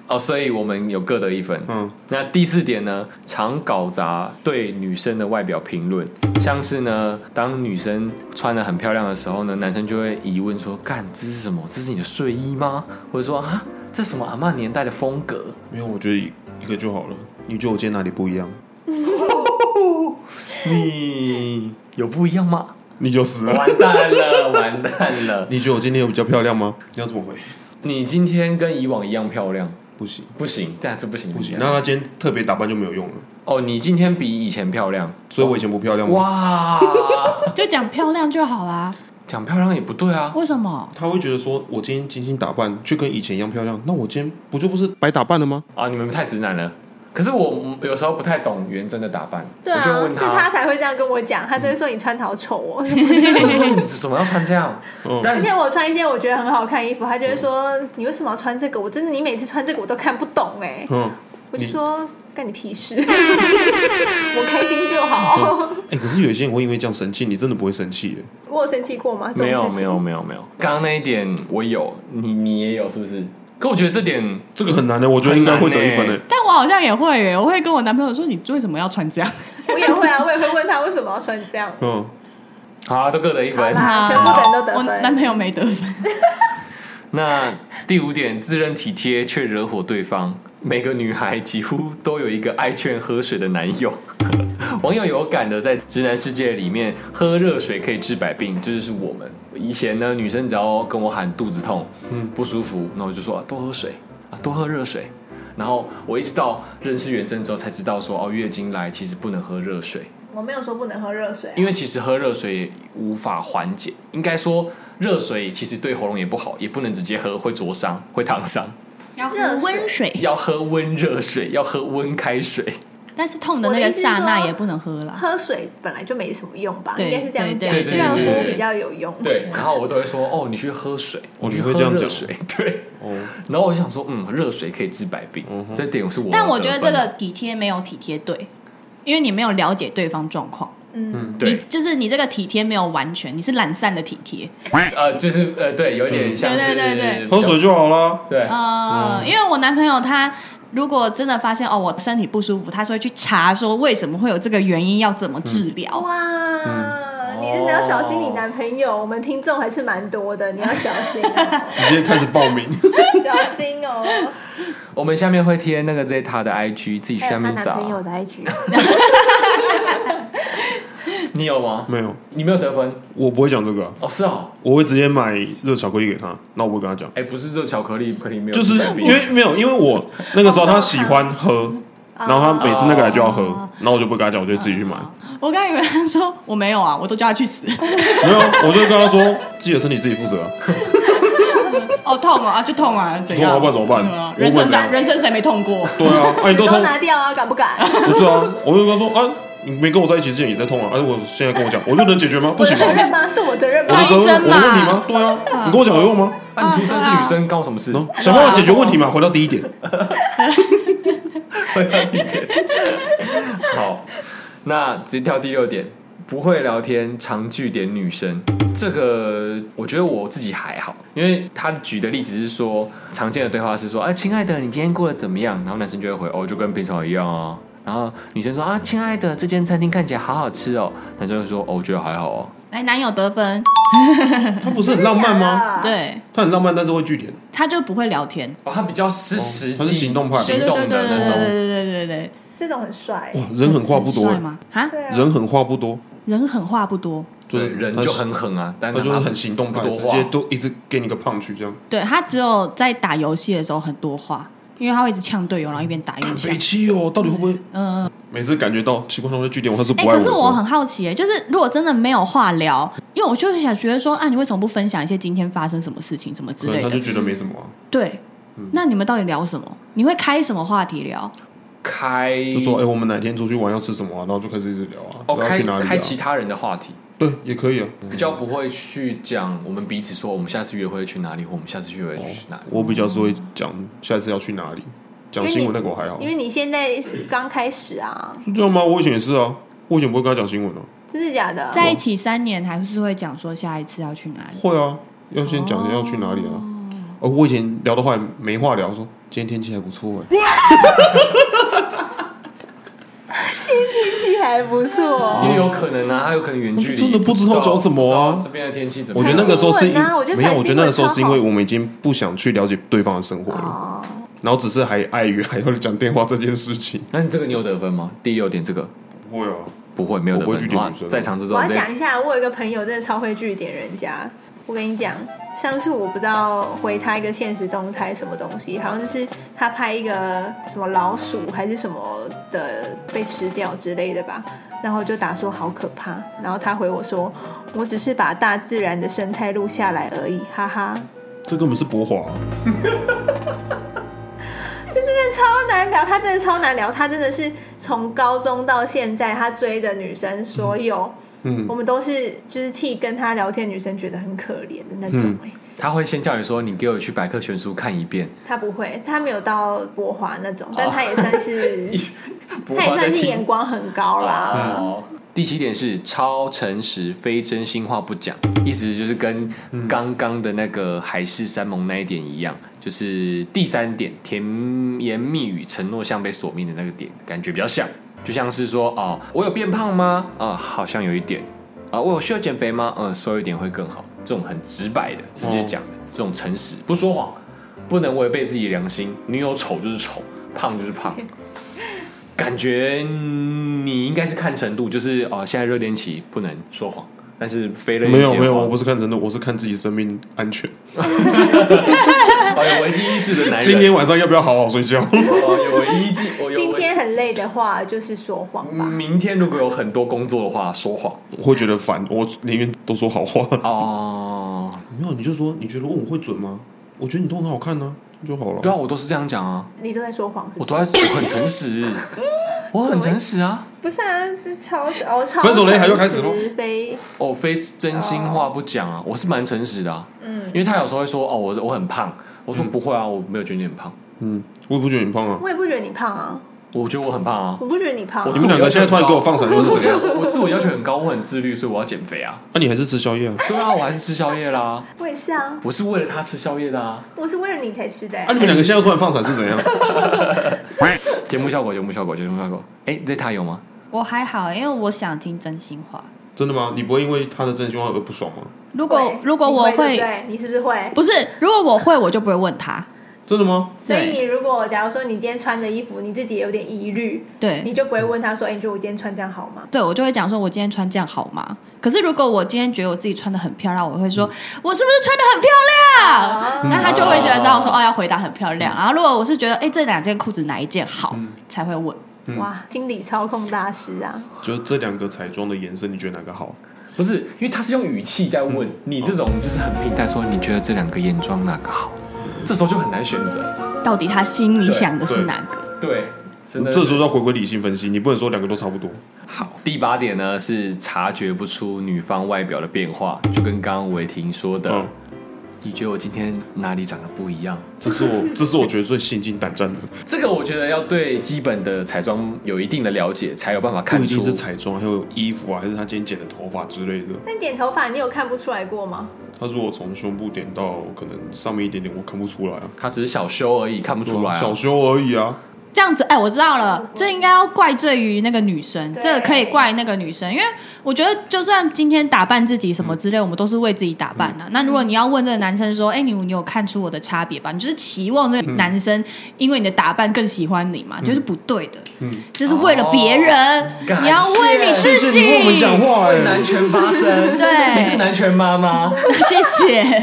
D: 哦，所以我们有各得一分。
B: 嗯，
D: 那第四点呢，常搞砸对女生的外表评论，像是呢，当女生穿的很漂亮的时候呢，男生就会疑问说：“干，这是什么？这是你的睡衣吗？”或者说：“啊，这什么阿嬷年代的风格
B: 没有，我觉得一一个就好了。你觉得我今天哪里不一样？？”
D: 你有不一样吗？
B: 你就死了。
D: 完蛋了，完蛋了！
B: 你觉得我今天有比较漂亮吗？你要怎么回？
D: 你今天跟以往一样漂亮，
B: 不行，
D: 不行，但这不行，
B: 不行。那他今天特别打扮就没有用了，
D: 哦，你今天比以前漂亮，
B: 所以我以前不漂亮吗？
D: 哇，
E: 就讲漂亮就好啦。
D: 讲漂亮也不对啊。
E: 为什么？
B: 他会觉得说，我今天精心打扮，却跟以前一样漂亮，那我今天不就不是白打扮了吗？
D: 啊，你们太直男了。可是我有时候不太懂元真的打扮，
A: 对啊
D: 我就问，
A: 是他
D: 他
A: 才会这样跟我讲，他都会说你穿的好丑哦。
D: 你为什么要穿这样？
B: 嗯
D: 但嗯
A: 而且我穿一些我觉得很好看的衣服，他就会说你为什么要穿这个？我真的你每次穿这个我都看不懂哎。
B: 嗯，
A: 我就
B: 你
A: 说干你屁 事， 我开心就好。
D: 嗯
B: 哎、可是有一些人会因为这样生气，你真的不会生气耶。
A: 我有生气过吗？这
D: 没
A: 种事
D: 有
A: 情
D: 没有。没有没有，刚刚那一点我有，你你也有是不是？可我觉得这点
B: 这个很难的，我觉得应该会得一分
D: 很难
B: 的
D: 耶。
E: 但我好像也会耶，我会跟我男朋友说，你为什么要穿这样？
A: 我也会啊，我也会问他为什么要穿这样。
B: 嗯，
D: 好啊、都各得一
A: 好
D: 分。
A: 啦全部的人都得
E: 我
A: 分
E: 男朋友没得分，
D: 那第五点，自认体贴却惹火对方。每个女孩几乎都有一个爱劝喝水的男友。 网友有感的，在直男世界里面，喝热水可以治百病，这就是我们。以前呢，女生只要跟我喊肚子痛，嗯，不舒服，那我就说、啊、多喝水啊，多喝热水。然后我一直到认识元真之后，才知道说哦，月经来其实不能喝热水。
A: 我没有说不能喝热水啊、
D: 因为其实喝热水也无法缓解，应该说热水其实对喉咙也不好，也不能直接喝，会灼伤，会烫伤。
E: 要
A: 喝
E: 温水，
D: 要喝温热水，要喝温开水。
E: 但是痛的那
A: 我的
E: 个刹
A: 意思是
E: 那
A: 说
E: 也不能 喝了。
A: 喝水本来就没什么用吧，
E: 对
A: 应该是这样讲，
D: 对
E: 对
D: 对
A: 这样
D: 对对
A: 喝
D: 对
A: 比较有
E: 嗯
A: 用。
D: 对，然后我都会说哦，你去喝水，
B: 哦
D: 你
B: 你
D: 去
B: 会
D: 喝
B: 这样
D: 热
B: 讲
D: 水。对，
B: 哦，
D: 然后我就想说，嗯，热水可以治百病，
B: 嗯哼
D: 这点是我。
E: 但我觉得这个，体贴没有体贴对，因为你没有了解对方状况，
A: 嗯，
E: 你
D: 对，
E: 就是你这个体贴没有完全，你是懒散的体贴。
D: 呃，就是呃，对，有点像是
E: 对对对
B: 嗯喝水就好啦。
D: 对，
E: 呃，因为我男朋友他如果真的发现哦我身体不舒服，他是会去查说为什么会有这个原因，要怎么治疗。
A: 哇，
D: 嗯
A: 你真的要小心你男朋友，我们听众还是蛮多的，你要小心、 哦，
B: 直接开始报名，
A: 小心哦。
D: 我们下面会贴那个 Zeta 的 IG，自己
A: 还有
D: 下
A: 她
D: 面
A: 男朋友
D: 找。
A: 的啊 IG，
D: 你有吗？
B: 没有，
D: 你没有得分
B: 我不会讲这个啊、
D: 哦，是哦，
B: 我会直接买热巧克力给他，那我不会跟他讲，
D: 哎，不是热巧克力，可能没 有
B: 就是
D: 治百病
B: 因为没有，因为我那个时候他喜欢喝，然后他每次那个来就要喝，然后我就不会跟他讲，我就自己去买。
E: 我刚以为他说我没有啊，我都叫他去死，
B: 没有，我就跟他说自己的身体自己负责啊、
E: 哦痛啊啊就痛啊，怎
B: 痛啊
E: 样？
B: 不然怎么办
E: 嗯啊
B: 我
E: 人生
B: 问
E: 哪
B: 你
E: 人生谁没痛过？
B: 对 啊，啊你都
A: 都
B: 痛，
A: 拿掉啊，敢不敢？
B: 不是啊，我就跟他说啊，你没跟我在一起之前也在痛啊，而、啊、我现在跟我讲，我就能解决 吗？不
A: 我的
B: 行吗？
A: 责任吗？是我责任
B: 我
A: 吗
B: 的？责任，我的
E: 当医生
B: 问
E: 嘛
B: 题吗？对 啊，你跟我讲有用吗？
D: 啊，你出生是女生，关我什么事？
B: 然后想办法解决问题嘛，
E: 啊
B: 回到第一点，
D: 好，那直接跳第六点，不会聊天，常据点女生。这个我觉得我自己还好，因为他举的例子是说，常见的对话是说，哎、亲爱的，你今天过得怎么样？然后男生就会回，哦，就跟平常一样啊。然后女生说啊，亲爱的，这间餐厅看起来好好吃哦。男生就说，哦，我觉得还好哦。
E: 来，男友得分，
B: 他不是很浪漫吗？？，
A: 啊
E: 对，啊
B: 他很浪漫，但是会据点，
E: 他就不会聊天。
D: 哦，他比较是实际、
B: 哦他是行啊动派
E: 对
D: 行
E: 对
D: 动
E: 对对
D: 的
E: 对对
D: 那种。
E: 对对对对，
A: 这种很帅、
B: 哇，人狠话不多、
E: 很帅
B: 欸，
E: 吗？啊，
A: 对啊，
B: 人狠话不多，
E: 人狠话不多，
D: 对，人就很狠啊，但
B: 他就是
D: 他
B: 很行动派，
D: 不多
B: 直
D: 话
B: 接都一直给你个胖去 这样。
E: 对他只有在打游戏的时候很多话，因为他会一直呛队友，然后一边打一边呛
B: 北。七哦，到底会不会？
E: 嗯，
B: 每次感觉到奇怪，他会据点我，他是
E: 哎、
B: 不爱
E: 可
B: 的时
E: 是
B: 候
E: 我很好奇、哎，就是如果真的没有话聊，因为我就是想觉得说，啊，你为什么不分享一些今天发生什么事情什么之
B: 可能
E: 类
B: 他
E: 的
B: 就？觉得没什么啊，
E: 对，那你们到底聊什么？你会开什么话题聊？
D: 开
E: 嗯
B: 就说哎、我们哪天出去玩要吃什么啊，然后就开始一直聊啊，
D: 哦，
B: 然后
D: 开
B: 去哪里、啊？
D: 开其他人的话题。
B: 对，也可以啊。
D: 比较不会去讲我们彼此说我们下次约会去哪里，或我们下次约会去哪里。
B: 我比较是会讲下次要去哪里，讲新闻那个我还好
A: 因。为你现在是刚开始啊，
B: 是这样吗？我以前也是啊，我以前不会跟他讲新闻啊，
A: 真的假的？
E: 在一起三年还是会讲说下一次要去哪里？
B: 会啊，要先讲要去哪里啊。哦，我以前聊的话没话聊，说今天天气还不错哎、
A: 天气还不错。
D: 因为有可能啊，他有可能远距离，
B: 哦我真的不知道讲什么啊
D: 不知道这边的天气怎
B: 我
D: 么
B: 觉
D: 样？
B: 得那个时候是因
A: 传新闻啊我觉得
B: 没有，
A: 传
B: 我觉
A: 新闻
B: 得那个时候是因为
A: 超
B: 我们已经不想去了解对方的生活了，
A: 哦，
B: 然后只是还碍于还要讲电话这件事情。
D: 那你这个你有得分吗？第六点这个
B: 不会啊，
D: 不会没有得
B: 我不会去
D: 分。
B: 点
D: 哇
B: 女生，
D: 在场之中
A: 我要
D: 这
A: 讲一下，我有一个朋友真的超会据点人家。我跟你讲，上次我不知道回他一个现实动态什么东西，好像就是他拍一个什么老鼠还是什么的被吃掉之类的吧。然后我就打说好可怕，然后他回我说，我只是把大自然的生态录下来而已，哈哈。
B: 这根本是博华、啊，
A: 超难聊，他真的超难聊，他真的是从高中到现在，他追的女生所有，
B: 嗯
A: 我们都是就是替跟他聊天的女生觉得很可怜的那种、
B: 嗯
A: 欸
D: 他会先叫你说你给我去百科全书看一遍，
A: 他不会，他没有到博华那种，
B: 哦
A: 但他也算 是，
D: 不
A: 他也
D: 怕再
A: 算是
D: 听
A: 眼光很高啦。
B: 嗯
D: 哦，第七点是超诚实，非真心话不讲，意思就是跟刚刚的那个海誓山盟那一点一样，就是第三点甜言蜜语、承诺像被索命的那个点，感觉比较像，就像是说哦，我有变胖吗？啊、好像有一点啊、我有需要减肥吗？嗯，瘦一点会更好，这种很直白的、直接讲的，这种诚实，不说谎，不能违背自己良心。女友丑就是丑，胖就是 胖。感觉你应该是看程度，就是哦，现在热恋期不能说谎，但是非热
B: 没
D: 恋期
B: 有没有，我
D: 我
B: 不是看程度，我是看自己生命安全。
D: 哦有危机意识的男人，
B: 哎今天晚上要不要好好睡觉？
D: 哦有危机，我有危
A: 今天很累的话，就是说谎吧。
B: 嗯
D: 明天如果有很多工作的话，说谎
B: 我会觉得烦，我宁愿都说嗯好话。
D: 哦。
B: 没有，你就说你觉得问我会准吗？我觉得你都很好看呢、就好了。
D: 对啊，我都是这样讲啊，
A: 你都在说谎是
D: 我
A: 不是？
D: 都在我很诚实， 我很诚实啊。
A: 不是啊，这超哦超
B: 分手嘞还要开始咯
A: 诚实非
D: 哦，非真心话不讲啊，我是蛮诚实的
A: 哦
D: 啊。
A: 嗯
D: 因为他有时候会说哦，我我很胖，我说不会啊，我没有觉得你很胖，
B: 嗯，我也不觉得你胖啊。
A: 我也不觉得你胖啊，
D: 我觉得我很胖啊。
A: 我不觉得你胖啊、
D: 我
B: 你们两个现在突然给我放闪又是怎样？
D: 我自我要求很高，我很自律，所以我要减肥啊。
B: 那、你还是吃宵夜啊？
D: 对啊，我还是吃宵夜啦，
A: 我也是啊，
D: 我是为了他吃宵夜的啊。
A: 我是为了你才吃的、欸。
B: 啊，你们两个现在突然放闪是怎样？
D: 节目效果，节目效果，节目效果。哎，这他有吗？
E: 我还好，因为我想听真心话。
B: 真的吗？你不会因为他的真心话而不爽吗？
E: 如果
A: 会
E: 如果我
A: 你对
E: 会，
A: 不对，你是不是会？
E: 不是如果我会，我就不会问他。
B: 真的吗？
A: 所以
E: 对
A: 你如果假如说你今天穿的衣服你自己有点疑虑，你
E: 对
A: 就不会问他说：“哎、你觉得我今天穿这样好吗
E: 对，我就会讲说，我今天穿这样好吗？可是如果我今天觉得我自己穿的很漂亮，我会说，
A: 嗯
E: 我是不是穿的很漂亮？
B: 嗯
A: 啊
E: 那他就会觉得知道说，
D: 哦
E: 哦，要回答很漂亮。然后如果我是觉得，哎，这两件裤子哪一件好，才会问。？”
B: 嗯
A: 哇，心理操控大师啊！
B: 就这两个彩妆的颜色，你觉得哪个好？
D: 不是，因为他是用语气在问
B: 嗯
D: 你，这种就是很平淡说，你觉得这两个眼妆哪个好？这时候就很难选择。
E: 到底他心里想的是
B: 对
E: 哪个？
D: 对，真的是。
B: 这时候要回归理性分析，你不能说两个都差不多。
D: 好，第八点呢是察觉不出女方外表的变化，就跟刚刚伟霆说的，
B: 嗯，
D: 你觉得我今天哪里长得不一样？
B: 这是 我，这是我觉得最心惊胆战的，
D: 这个我觉得要对基本的彩妆有一定的了解，才有办法
B: 不
D: 看
B: 一
D: 出
B: 定是彩妆，还有衣服啊，还是他今天剪的头发之类的。
A: 那剪头发你有看不出来过吗？
B: 他如果从胸部点到可能上面一点点，我看不出来啊，
D: 它只是小修而已，看不出来、
B: 嗯
D: 啊。
B: 小胸而已啊。
E: 这样子，哎，我知道了，这应该要怪罪于那个女生，
A: 对
E: 这个可以怪那个女生，因为我觉得就算今天打扮自己什么之类，我们都是为自己打扮啊。那如果你要问这个男生说，哎，你你有看出我的差别吧？你就是期望这个男生因为你的打扮更喜欢你嘛，就是不对的，嗯，就是为了别人，
D: 感
E: 你要为你
D: 谢
E: 自己，
B: 为我们讲话哎、
D: 为男权发声，
E: 对
D: 你是男权妈妈。
E: 谢谢。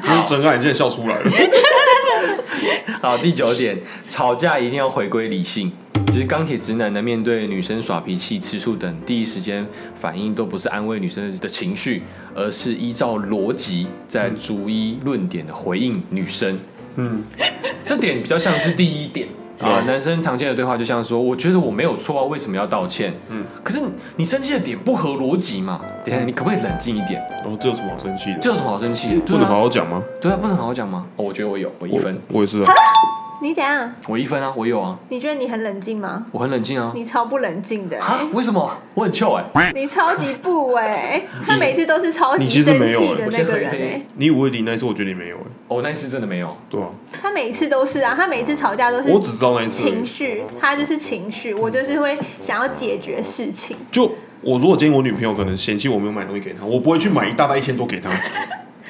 B: 这是真爱，你现在笑出来了。
D: 好，第九点，吵架一定要回归理性。就是钢铁直男呢，面对女生耍脾气、吃醋等，第一时间反应都不是安慰女生的情绪，而是依照逻辑在逐一论点的回应女生。
B: 嗯，
D: 这点比较像是第一点啊，
B: 对
D: 男生常见的对话就像说：“我觉得我没有错啊，为什么要道歉？”嗯，可是你生气的点不合逻辑嘛？等一下，你可不可以冷静一点？
B: 然后这有什么好生气的？
D: 这有什么好生气的？
B: 不
D: 对
B: 能好
D: 啊，
B: 好讲吗？
D: 对啊，不能好好讲吗？哦，我觉得我有，我一分，
B: 我我也是啊。
A: 你怎样？
D: 我一分啊，我有啊，
A: 你觉得你很冷静吗？
D: 我很冷静啊。
A: 你超不冷静的、
D: 啊？为什么？我很臭哎、
A: 你超级不哎、他每次都是超级
B: 你其实
A: 生
B: 没有
A: 气
B: 哎
A: 的
D: 我
A: 那
D: 先
A: 个
D: 喝一
A: 人哎、
D: 杯
B: 你五二零那一次，我觉得你没有哎、
D: 哦，那一次真的没有。
B: 对啊，
A: 他每一次都是啊，他每一次吵架都是
B: 我只知道那一次而已
A: 情绪，他就是情绪，我就是会想要解决事情。
B: 就我如果今天我女朋友可能嫌弃我没有买东西给她，我不会去买一大袋一千多 给她。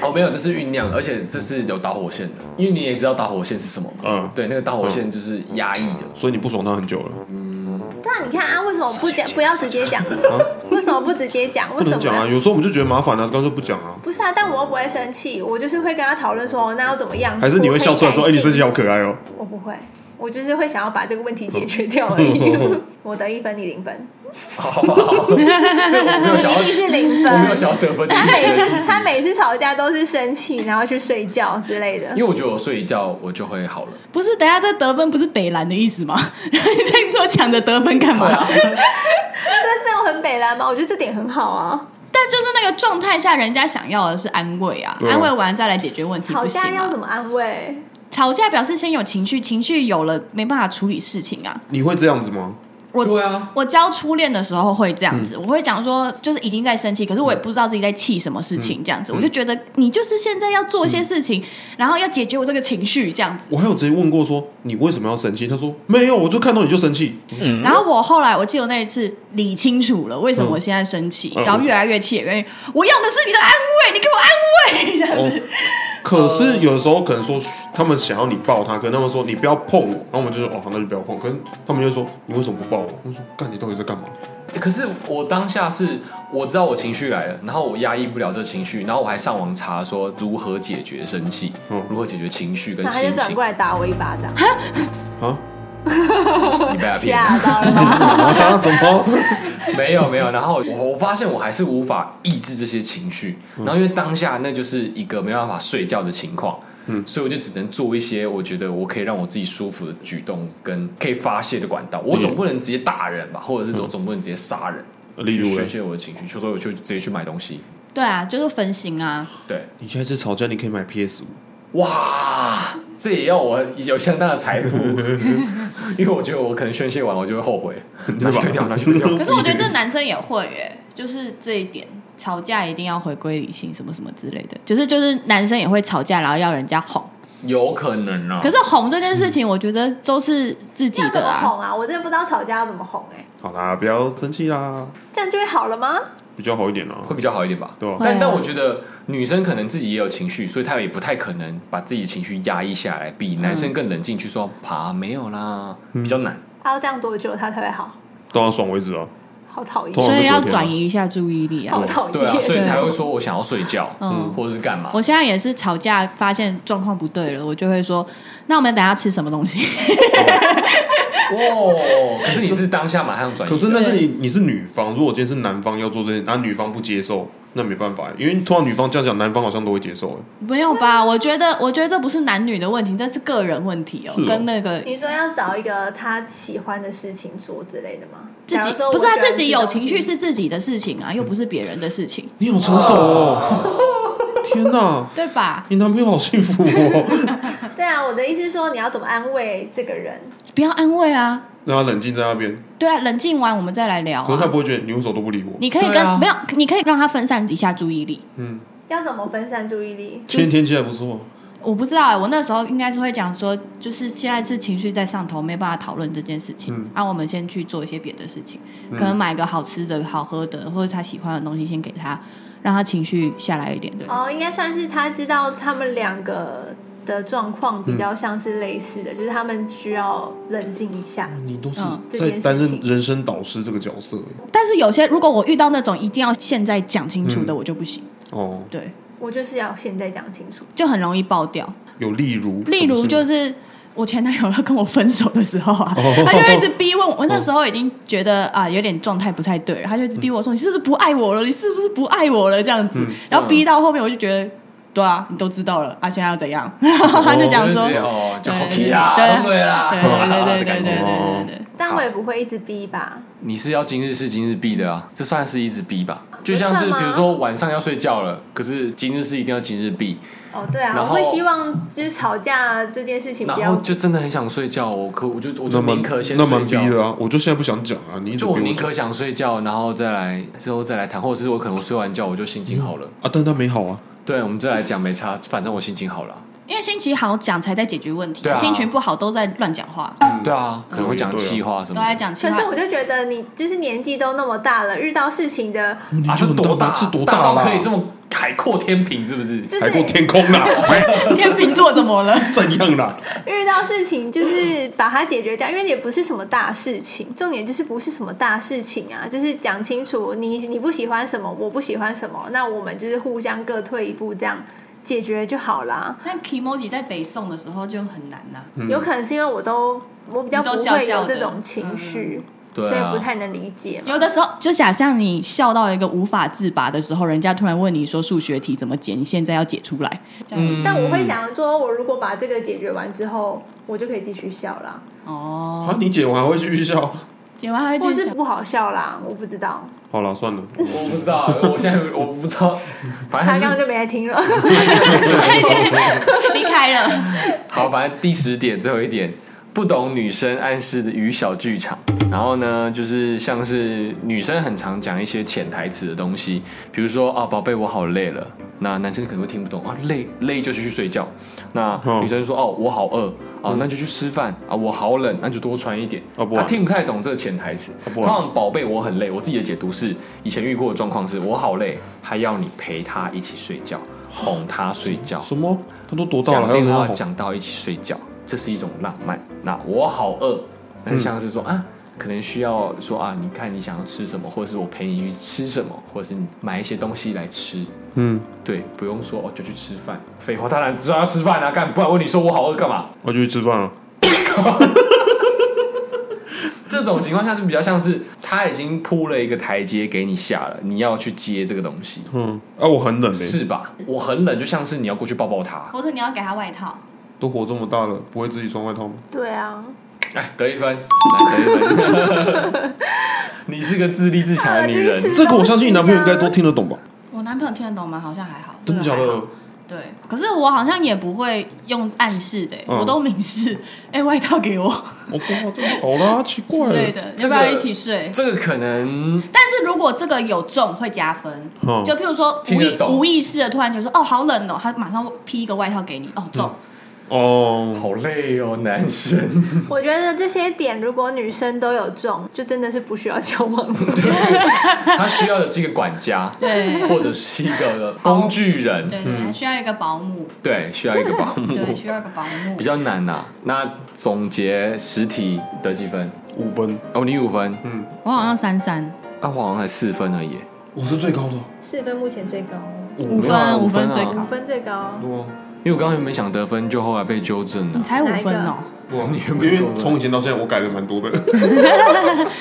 D: 哦，没有，这是酝酿，而且这是有导火线的，因为你也知道导火线是什么嘛。
B: 嗯
D: 对，那个导火线就是压抑的。
B: 所以你不爽她很久了，
A: 对啊，你看啊，为什么不讲？不要直接讲？为什么不直接讲？
B: 啊不
A: 为什
B: 能
A: 么
B: 讲啊。
A: 要？
B: 有时候我们就觉得麻烦啊，干脆不讲啊。
A: 不是啊，但我又不会生气，我就是会跟他讨论说，哦那要怎么样？
B: 还是你会笑出来说：“
A: 我
B: 哎、
A: 可以
B: 你
A: 改进
B: 生气好可爱哦、
A: 我不会，我就是会想要把这个问题解决掉而已。
B: 嗯
A: 我得一分，你零分，
D: 哦好好好，这个我没有想
A: 你
D: 要
A: 一定是零
D: 我没有
A: 分。
D: 想要得分的
A: 他
D: 意
A: 每
D: 思，
A: 次他每次吵架都是生气，然后去睡觉之类的
D: 因。为我觉得我睡一觉我就会好了。
E: 不是，等一下这得分不是北兰的意思吗？ 你在做抢着得分干嘛？
A: 这这种很北蓝吗？我觉得这点很好啊。
E: 但就是那个状态下，人家想要的是安慰啊，
B: 对啊
E: 安慰完再来解决问题，
A: 吵
E: 不行
A: 架要
E: 啊
A: 怎。么安慰？
E: 吵架表示先有情绪，情绪有了没办法处理事情啊。
B: 你会这样子吗？
E: 我
D: 对啊，
E: 我教初恋的时候会这样子，
B: 嗯
E: 我会讲说，就是已经在生气，可是我也不知道自己在气什么事
B: 嗯
E: 情，这样子，我就觉得你就是现在要做一些事情，然后要解决我这个情绪，这样子。
B: 我还有直接问过说你为什么要生气？他说没有，我就看到你就生气。
E: 然后我后来我记得我那一次理清楚了，为什么我现在生气，
B: 嗯嗯
E: 然后越来越气，也愿意，我要的是你的安慰，你给我安慰，这样子。
B: 哦，可是有的时候可能说他们想要你抱他，可能他们说你不要碰我，然后我们就说哦，好那就不要碰。可是他们就说你为什么不抱我？我说干，你到底在干嘛？
D: 可是我当下是我知道我情绪来了，然后我压抑不了这情绪，然后我还上网查说如何解决生气
B: 嗯，
D: 如何解决情绪跟
A: 然后他就
D: 心
A: 转
D: 情
A: 过。来打我一巴掌。
B: 啊，
D: 你被他骗了。
A: 吓到了吧？
B: 啊什么？
D: 没有没有，然后我我发现我还是无法抑制这些情绪，
B: 嗯
D: 然后因为当下那就是一个没办法睡觉的情况，嗯，所以我就只能做一些我觉得我可以让我自己舒服的举动跟可以发泄的管道，我总不能直接打人吧，或者是我总不能直接杀人，
B: 嗯例如
D: 去
B: 欸
D: 宣泄我的情绪，所以我就直接去买东西，
E: 对啊，就是分心啊。
D: 对，
B: 你下一次吵架，你可以买 PS 五。
D: 哇，这也要我有相当的财 富，因为我觉得我可能宣泄完我就会后悔，拿去丢
B: 啊
D: 掉，拿去丢 掉，
E: 可是我觉得这男生也会耶，就是这一点，吵架一定要回归理性，什么什么之类的，就是就是男生也会吵架，然后要人家哄。
D: 有可能啊，
E: 可是哄这件事情，我觉得都是自己
A: 这样怎
E: 的
A: 么
E: 啊。
A: 哄啊？我真的不知道吵架要怎么哄哎、
B: 好啦，不要生气啦，
A: 这样就会好了吗？
B: 比较好一点啊啦。
D: 会比较好一点吧。
B: 对吧
E: 会啊
D: 但但我觉得女生可能自己也有情绪，所以她也不太可能把自己情绪压抑下来，
E: 嗯
D: 比男生更冷静去说“爬没有啦”，
B: 嗯
D: 比较难。
A: 还要啊这样多久他才会好？
B: 都要爽为止啊。
A: 好讨厌
B: 通，
E: 所
B: 常
E: 以
B: 是
E: 要
B: 昨天啊
E: 转移一下注意力啊
A: 好。讨厌。
D: 对 啊，所以
E: 对
D: 才会说我想要睡觉，
E: 嗯
D: 或者是干嘛
E: 我。现在也是吵架，发现状况不对了，我就会说，那我们等一下吃什么东西？
D: 哇！哦可是你是当下马上转移
B: 可
D: 的，
B: 是那是你你是女方，如果今天是男方要做这件，然后女方不接受，那没办法，因为通常女方这样讲，男方好像都会接受。欸
E: 没有吧？我觉得，我觉得这不是男女的问题，这是个人问题哦，
B: 是哦
E: 跟那个
A: 你说要找一个他喜欢的事情做之类的吗？
E: 自
A: 假
E: 己
A: 如说我
E: 不是他啊
A: 喜欢
E: 自己
A: 吃
E: 有
A: 东
E: 情
A: 西
E: 绪是自己的事情啊，又不是别人的事情，
B: 你好成熟哦！ 天哪，
E: 对吧？
B: 你男朋友好幸福哦！
A: 对啊，我的意思是说，你要怎么安慰这个人？
E: 不要安慰啊，
B: 让他冷静在那边，
E: 对啊，冷静完我们再来聊
B: 可是他
E: 啊。
B: 不会觉得你为什么都不理我。
E: 你可以
D: 对
E: 跟、
D: 啊
E: 没有，你可以让他分散一下注意力。
B: 嗯，
A: 要怎么分散注意力？
B: 前天气还不错，
E: 我不知道、啊我那时候应该是会讲说，就是现在是情绪在上头，没办法讨论这件事情。
B: 嗯
E: 啊，我们先去做一些别的事情，可能买个好吃的、好喝的，或者他喜欢的东西，先给他，让他情绪下来一点。对，
A: 哦，应该算是他知道他们两个的状况比较像是类似的，就是他们需要冷静一下。
B: 你都是
E: 嗯
A: 这
B: 在
A: 件事
B: 担任
A: 情
B: 人生导师这个角色欸
E: 但是有些如果我遇到那种一定要现在讲清楚
B: 嗯
E: 的，我就不行。
B: 哦。
E: 对，
A: 我就是要现在讲清楚。
E: 就很容易爆掉。
B: 有例如，
E: 例如
B: 什么
E: 就
B: 事
E: 是我前男友要跟我分手的时候啊，
B: 哦
E: 他就一直逼问我，我那时候已经觉得啊有点状态不太对了，他就一直逼我说你是不是不爱我了？你是不是不爱我了？这样子，然后逼到后面我就觉得。对啊，你都知道了啊，现在要怎样？然后 他就讲说，
D: 就是
E: 对
D: 哦，就
E: 对
D: 好皮啦，
E: 对
D: 对啦，
E: 对对对对
D: 的感
E: 对对
D: 觉
E: 对对，
A: 但我也不会一直逼吧。
D: 你是要今日事今日毕的啊，这算是一直逼吧？就像
A: 不
D: 是
A: 算吗
D: 比如说晚上要睡觉了，可是今日事一定要今日毕，
A: 哦，对啊，
D: 然
A: 我
D: 后
A: 会希望就是吵架这件事情
D: 然
A: 不
D: 后
A: 要。
D: 就真的很想睡觉，我可我就我就
B: 那么
D: 宁可先
B: 那蛮
D: 睡
B: 逼
D: 觉。
B: 的啊！我就现在不想讲啊，你一直
D: 就
B: 逼
D: 我宁
B: 我
D: 可想睡觉，然后再来之后再来谈，或者是我可能我睡完觉我就心情好了。
B: 啊，但他没好啊，
D: 对，我们再来讲没差，反正我心情好了。
E: 因为心情好讲才在解决问题，
D: 对啊
E: 心情不好都在乱讲话，
D: 对啊，可能会讲气话什
E: 都
D: 么的。
E: 在 讲气
A: 可
E: 话
A: 是。我就觉得你就是年纪都那么大了，遇到事情的，
D: 啊，是多大？
B: 是多
D: 大
B: 大
D: 到
B: 啦
D: 可以这么海阔天平？是不是？
A: 就是
B: 海阔天空 啦，
E: 天秤座怎么了？
B: 怎样啦？
A: 遇到事情就是把它解决掉，因为也不是什么大事情，重点就是不是什么大事情啊，就是讲清楚你你不喜欢什么，我不喜欢什么，那我们就是互相各退一步，这样解决就好啦。
E: 那 Kimoji 在北宋的时候就很难呐、
D: 嗯
A: 有可能是因为我都我比较
E: 你
A: 不
E: 都笑
A: 会
E: 笑
A: 有
E: 的嗯
A: 这种情绪，
D: 对啊
A: 所以不太能理解嘛。
E: 有的时候，就假像你笑到一个无法自拔的时候，人家突然问你说数学题怎么解，你现在要解出来，这样、
D: 嗯
A: 但我会想说，我如果把这个解决完之后，我就可以继续笑啦，
E: 哦
B: 啊，，你姐我还会继续笑。
E: 解完还会
A: 或
E: 继
A: 是
E: 续。
A: 不好笑啦，我不知道。
B: 好了，算了，
D: 我不知道，我现在我不知道， 反
A: 他刚
D: 正哎还
A: 刚
D: 是
A: 就没来听了，
E: 离开了，
D: 好，反正第十点，最后一点，不懂女生暗示的语小剧场。然后呢，就是像是女生很常讲一些潜台词的东西，比如说啊，宝贝，我好累了。那男生可能会听不懂啊，累累就是去睡觉。那
B: 嗯
D: 女生说哦，我好饿啊，那就去吃饭啊，我好冷，那就多穿一点。
B: 啊不
D: 他
B: 然
D: 听不太懂这个潜台词。
B: 啊不
D: 通
B: 然
D: 常宝贝，我很累。我自己的解读是，以前遇过的状况是我好累，还要你陪他一起睡觉，哄他睡觉。
B: 什么？他都多大了，
D: 哦
B: 还
D: 讲
B: 有
D: 电
B: 什么
D: 话
B: 好？
D: 讲到一起睡觉，这是一种浪漫。那我好饿，那就像是说、啊，可能需要说啊，你看你想要吃什么，或者是我陪你去吃什么，或者是你买一些东西来吃。
B: 嗯，
D: 对，不用说哦，就去吃饭。废啊话，当然知道要吃饭啊，干，不然问你说我好饿干嘛？
B: 我就去吃饭了。
D: 这种情况下是比较像是他已经铺了一个台阶给你下了，你要去接这个东西，
B: 嗯，啊，我很冷诶、
D: 是吧？我很冷，就像是你要过去抱抱他。
E: 或者你要给他外套。
B: 都活这么大了，不会自己穿外套吗？
A: 对啊，
D: 哎，得一分，来哎得一分。 你是个自立自强的
A: 啊
D: 女
A: 就是
D: 人，
A: 吃
B: 这个我相信你男朋友应该都听得懂吧？
E: 我男朋友听得懂吗？好像还好。
B: 真的假的？
E: 对，可是我好像也不会用暗示的、
B: 嗯
E: 我都明示。哎、外套 给我
B: 我靠，这个好啦，奇
E: 之
B: 怪
E: 类
B: 了。
E: 的，
D: 这
E: 要
D: 个
E: 不要一起睡？
D: 这个可能
E: 但是如果这个有中会加分，
B: 嗯
E: 就譬如说
D: 哦听
E: 无
D: 得
E: 意
D: 懂
E: 无意识的突然就说哦好冷哦，他马上披一个外套给你，哦中，
D: 嗯
B: 哦，
D: 好累哦，男生。
A: 我觉得这些点如果女生都有中，就真的是不需要交往。
D: 他 需要的是一个管 家，
E: 对
D: 或者是一个工具人，
E: 对对，还需要一个保姆，
D: 对，需要一个保姆，
E: 对，需要一个保姆
D: 比。较难呐、那总结实体得几分？
B: 五分，
D: 哦，你五分，
E: 我好像三三
D: 那、我好像才四分而已。
B: 我是最高的，
A: 四分目前最高，
E: 五
D: 没有啊
E: 分，
D: 五分
E: 分
D: 啊
E: 最高
A: 五，分最高。
B: 对啊，
D: 因为我刚刚原本想得分，就后来被纠正了
E: 你。才五
A: 哪一个
E: 分哦。
B: 对啊
D: 你有
B: 因
D: 没有
B: 为从以前到现在，我改了蛮多的。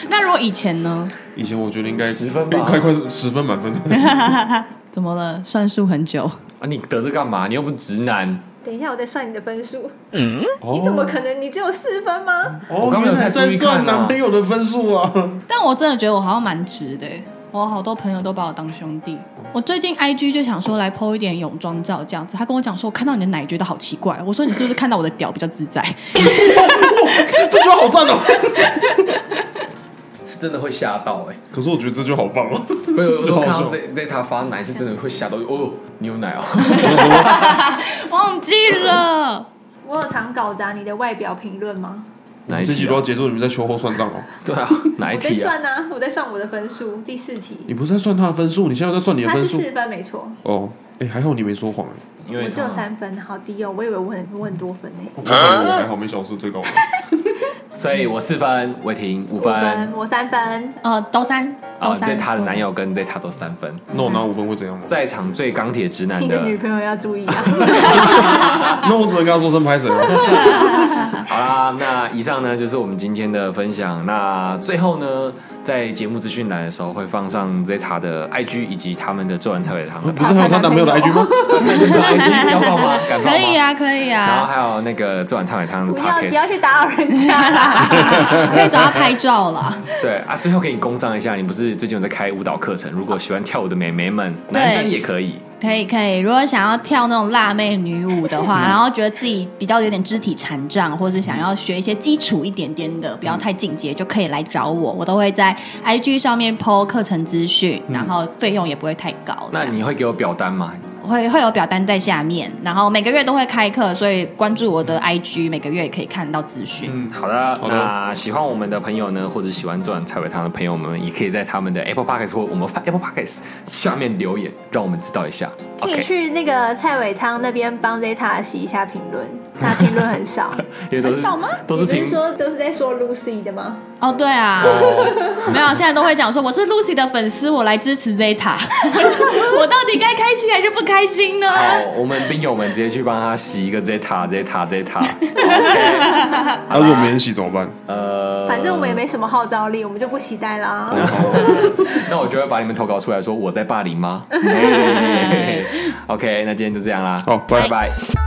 E: 那如果以前呢？
B: 以前我觉得应该
D: 10分吧
B: 应该快是十分满分。
E: 怎么了？算数很久，
D: 啊，你得这干嘛？你又不是直男。
A: 等一下，我再算你的分数。
B: 你
A: 你怎么可能？你只有四分吗？
B: 我
D: 刚刚没有太注
B: 哦在
D: 意看啊
B: 算男朋友的分数啊。
E: 但我真的觉得我好像蛮直的欸。我好多朋友都把我当兄弟。我最近 IG 就想说来 PO 一点泳装照这样子，他跟我讲说，我看到你的奶觉得好奇怪。我说你是不是看到我的屌比较自在？
B: 这句话好赞哦！
D: 是真的会吓到哎、
B: 可是我觉得这句好棒 哦。
D: 欸，没有，我说
B: 好
D: 看到
B: 笑
D: 这这他发奶是真的会吓到哦，你有奶哦，
E: 忘记了，
A: 我有常搞砸你的外表评论吗？
D: 哪一
B: 这集
D: 题、
B: 都要
D: 啊？
B: 结束，你们在秋后算账哦。
D: 对啊，哪一
A: 我在
D: 题啊？
A: 算啊，我在算我的分数，第四题，
B: 你不是在算他的分数，你现在在算你的
A: 他
B: 分
A: 是
B: 数
A: 四分没错，
B: 哦。哎，还好你没说谎哎。
D: 因
A: 我
D: 为
A: 只有三分，好低哦，我以为我很我很多分呢。
B: 我还好没小事最高分。
D: 所以我四分，伟霆五
A: 五
D: 分，
A: 分，我三分，
E: 呃，都三，都
D: 啊，
E: 三。
D: 在她的男友跟在她都三分，
B: 那我拿五分会怎样吗？
D: 在场最钢铁直男
A: 你的女
D: 的。
A: 朋友要注意 啊。
B: 那我只能跟他说声拍谁啊了。
D: 好啦，那以上呢就是我们今天的分享。那最后呢，在节目资讯栏的时候会放上 Zeta 的 IG 以及他们的做完菜尾汤 的
B: 不是还有她男朋友的 IG 吗？
D: IG 要 放吗？敢放吗
E: 可以。啊，可以
D: 然后
E: 啊，
D: 还有那个做完菜尾汤的
A: 不要不要
D: podcast，
A: 去打扰人家 啦。
E: 可以找他拍照啦。
D: 对啊，最后给你工商一下，你不是最近有在开舞蹈课程？如果喜欢跳舞的美眉们，
E: 对
D: 男生也可以。
E: 可以可以，如果想要跳那种辣妹女舞的
D: 嗯
E: 话，然后觉得自己比较有点肢体残障，或是想要学一些基础一点点的，不要太进阶，就可以来找我，我都会在 IG 上面 PO 课程资讯，然后费用也不会太高。
D: 嗯那你会给我表单吗？
E: 会会有表单在下面，然后每个月都会开课，所以关注我
D: 嗯
E: 的 IG，每个月也可以看到资讯。
B: 嗯，
D: 好的，
B: 好的
D: 那喜欢我们的朋友呢，或者喜欢这碗菜尾汤的朋友们，也可以在他们的 Apple Podcast 或我们 Apple Podcast 下面留言，让我们知道一下。
A: 可以
D: OK，
A: 去那个蔡伟汤那边帮 Zeta 洗一下评 论，他评论很少。
D: 因为都是
E: 很少吗
D: 都是
A: 你不
D: 评
A: 是说都是在说 Lucy 的吗？
E: 哦，对啊，
D: 哦
E: 没有，现在都会讲说我是 Lucy 的粉丝，我来支持 Zeta，我到底该开心还是不开心呢？
D: 好，我们兵友们直接去帮他洗一个 Zeta Zeta Zeta。
B: 那如果没人洗怎么办？
D: 呃，
A: 反正我们也没什么号召力，我们就不期待 啦。
D: 那我就会把你们 投 稿出来说我在霸凌吗嘿嘿嘿嘿嘿？OK，那今天就这样啦，
B: 好拜
D: 拜。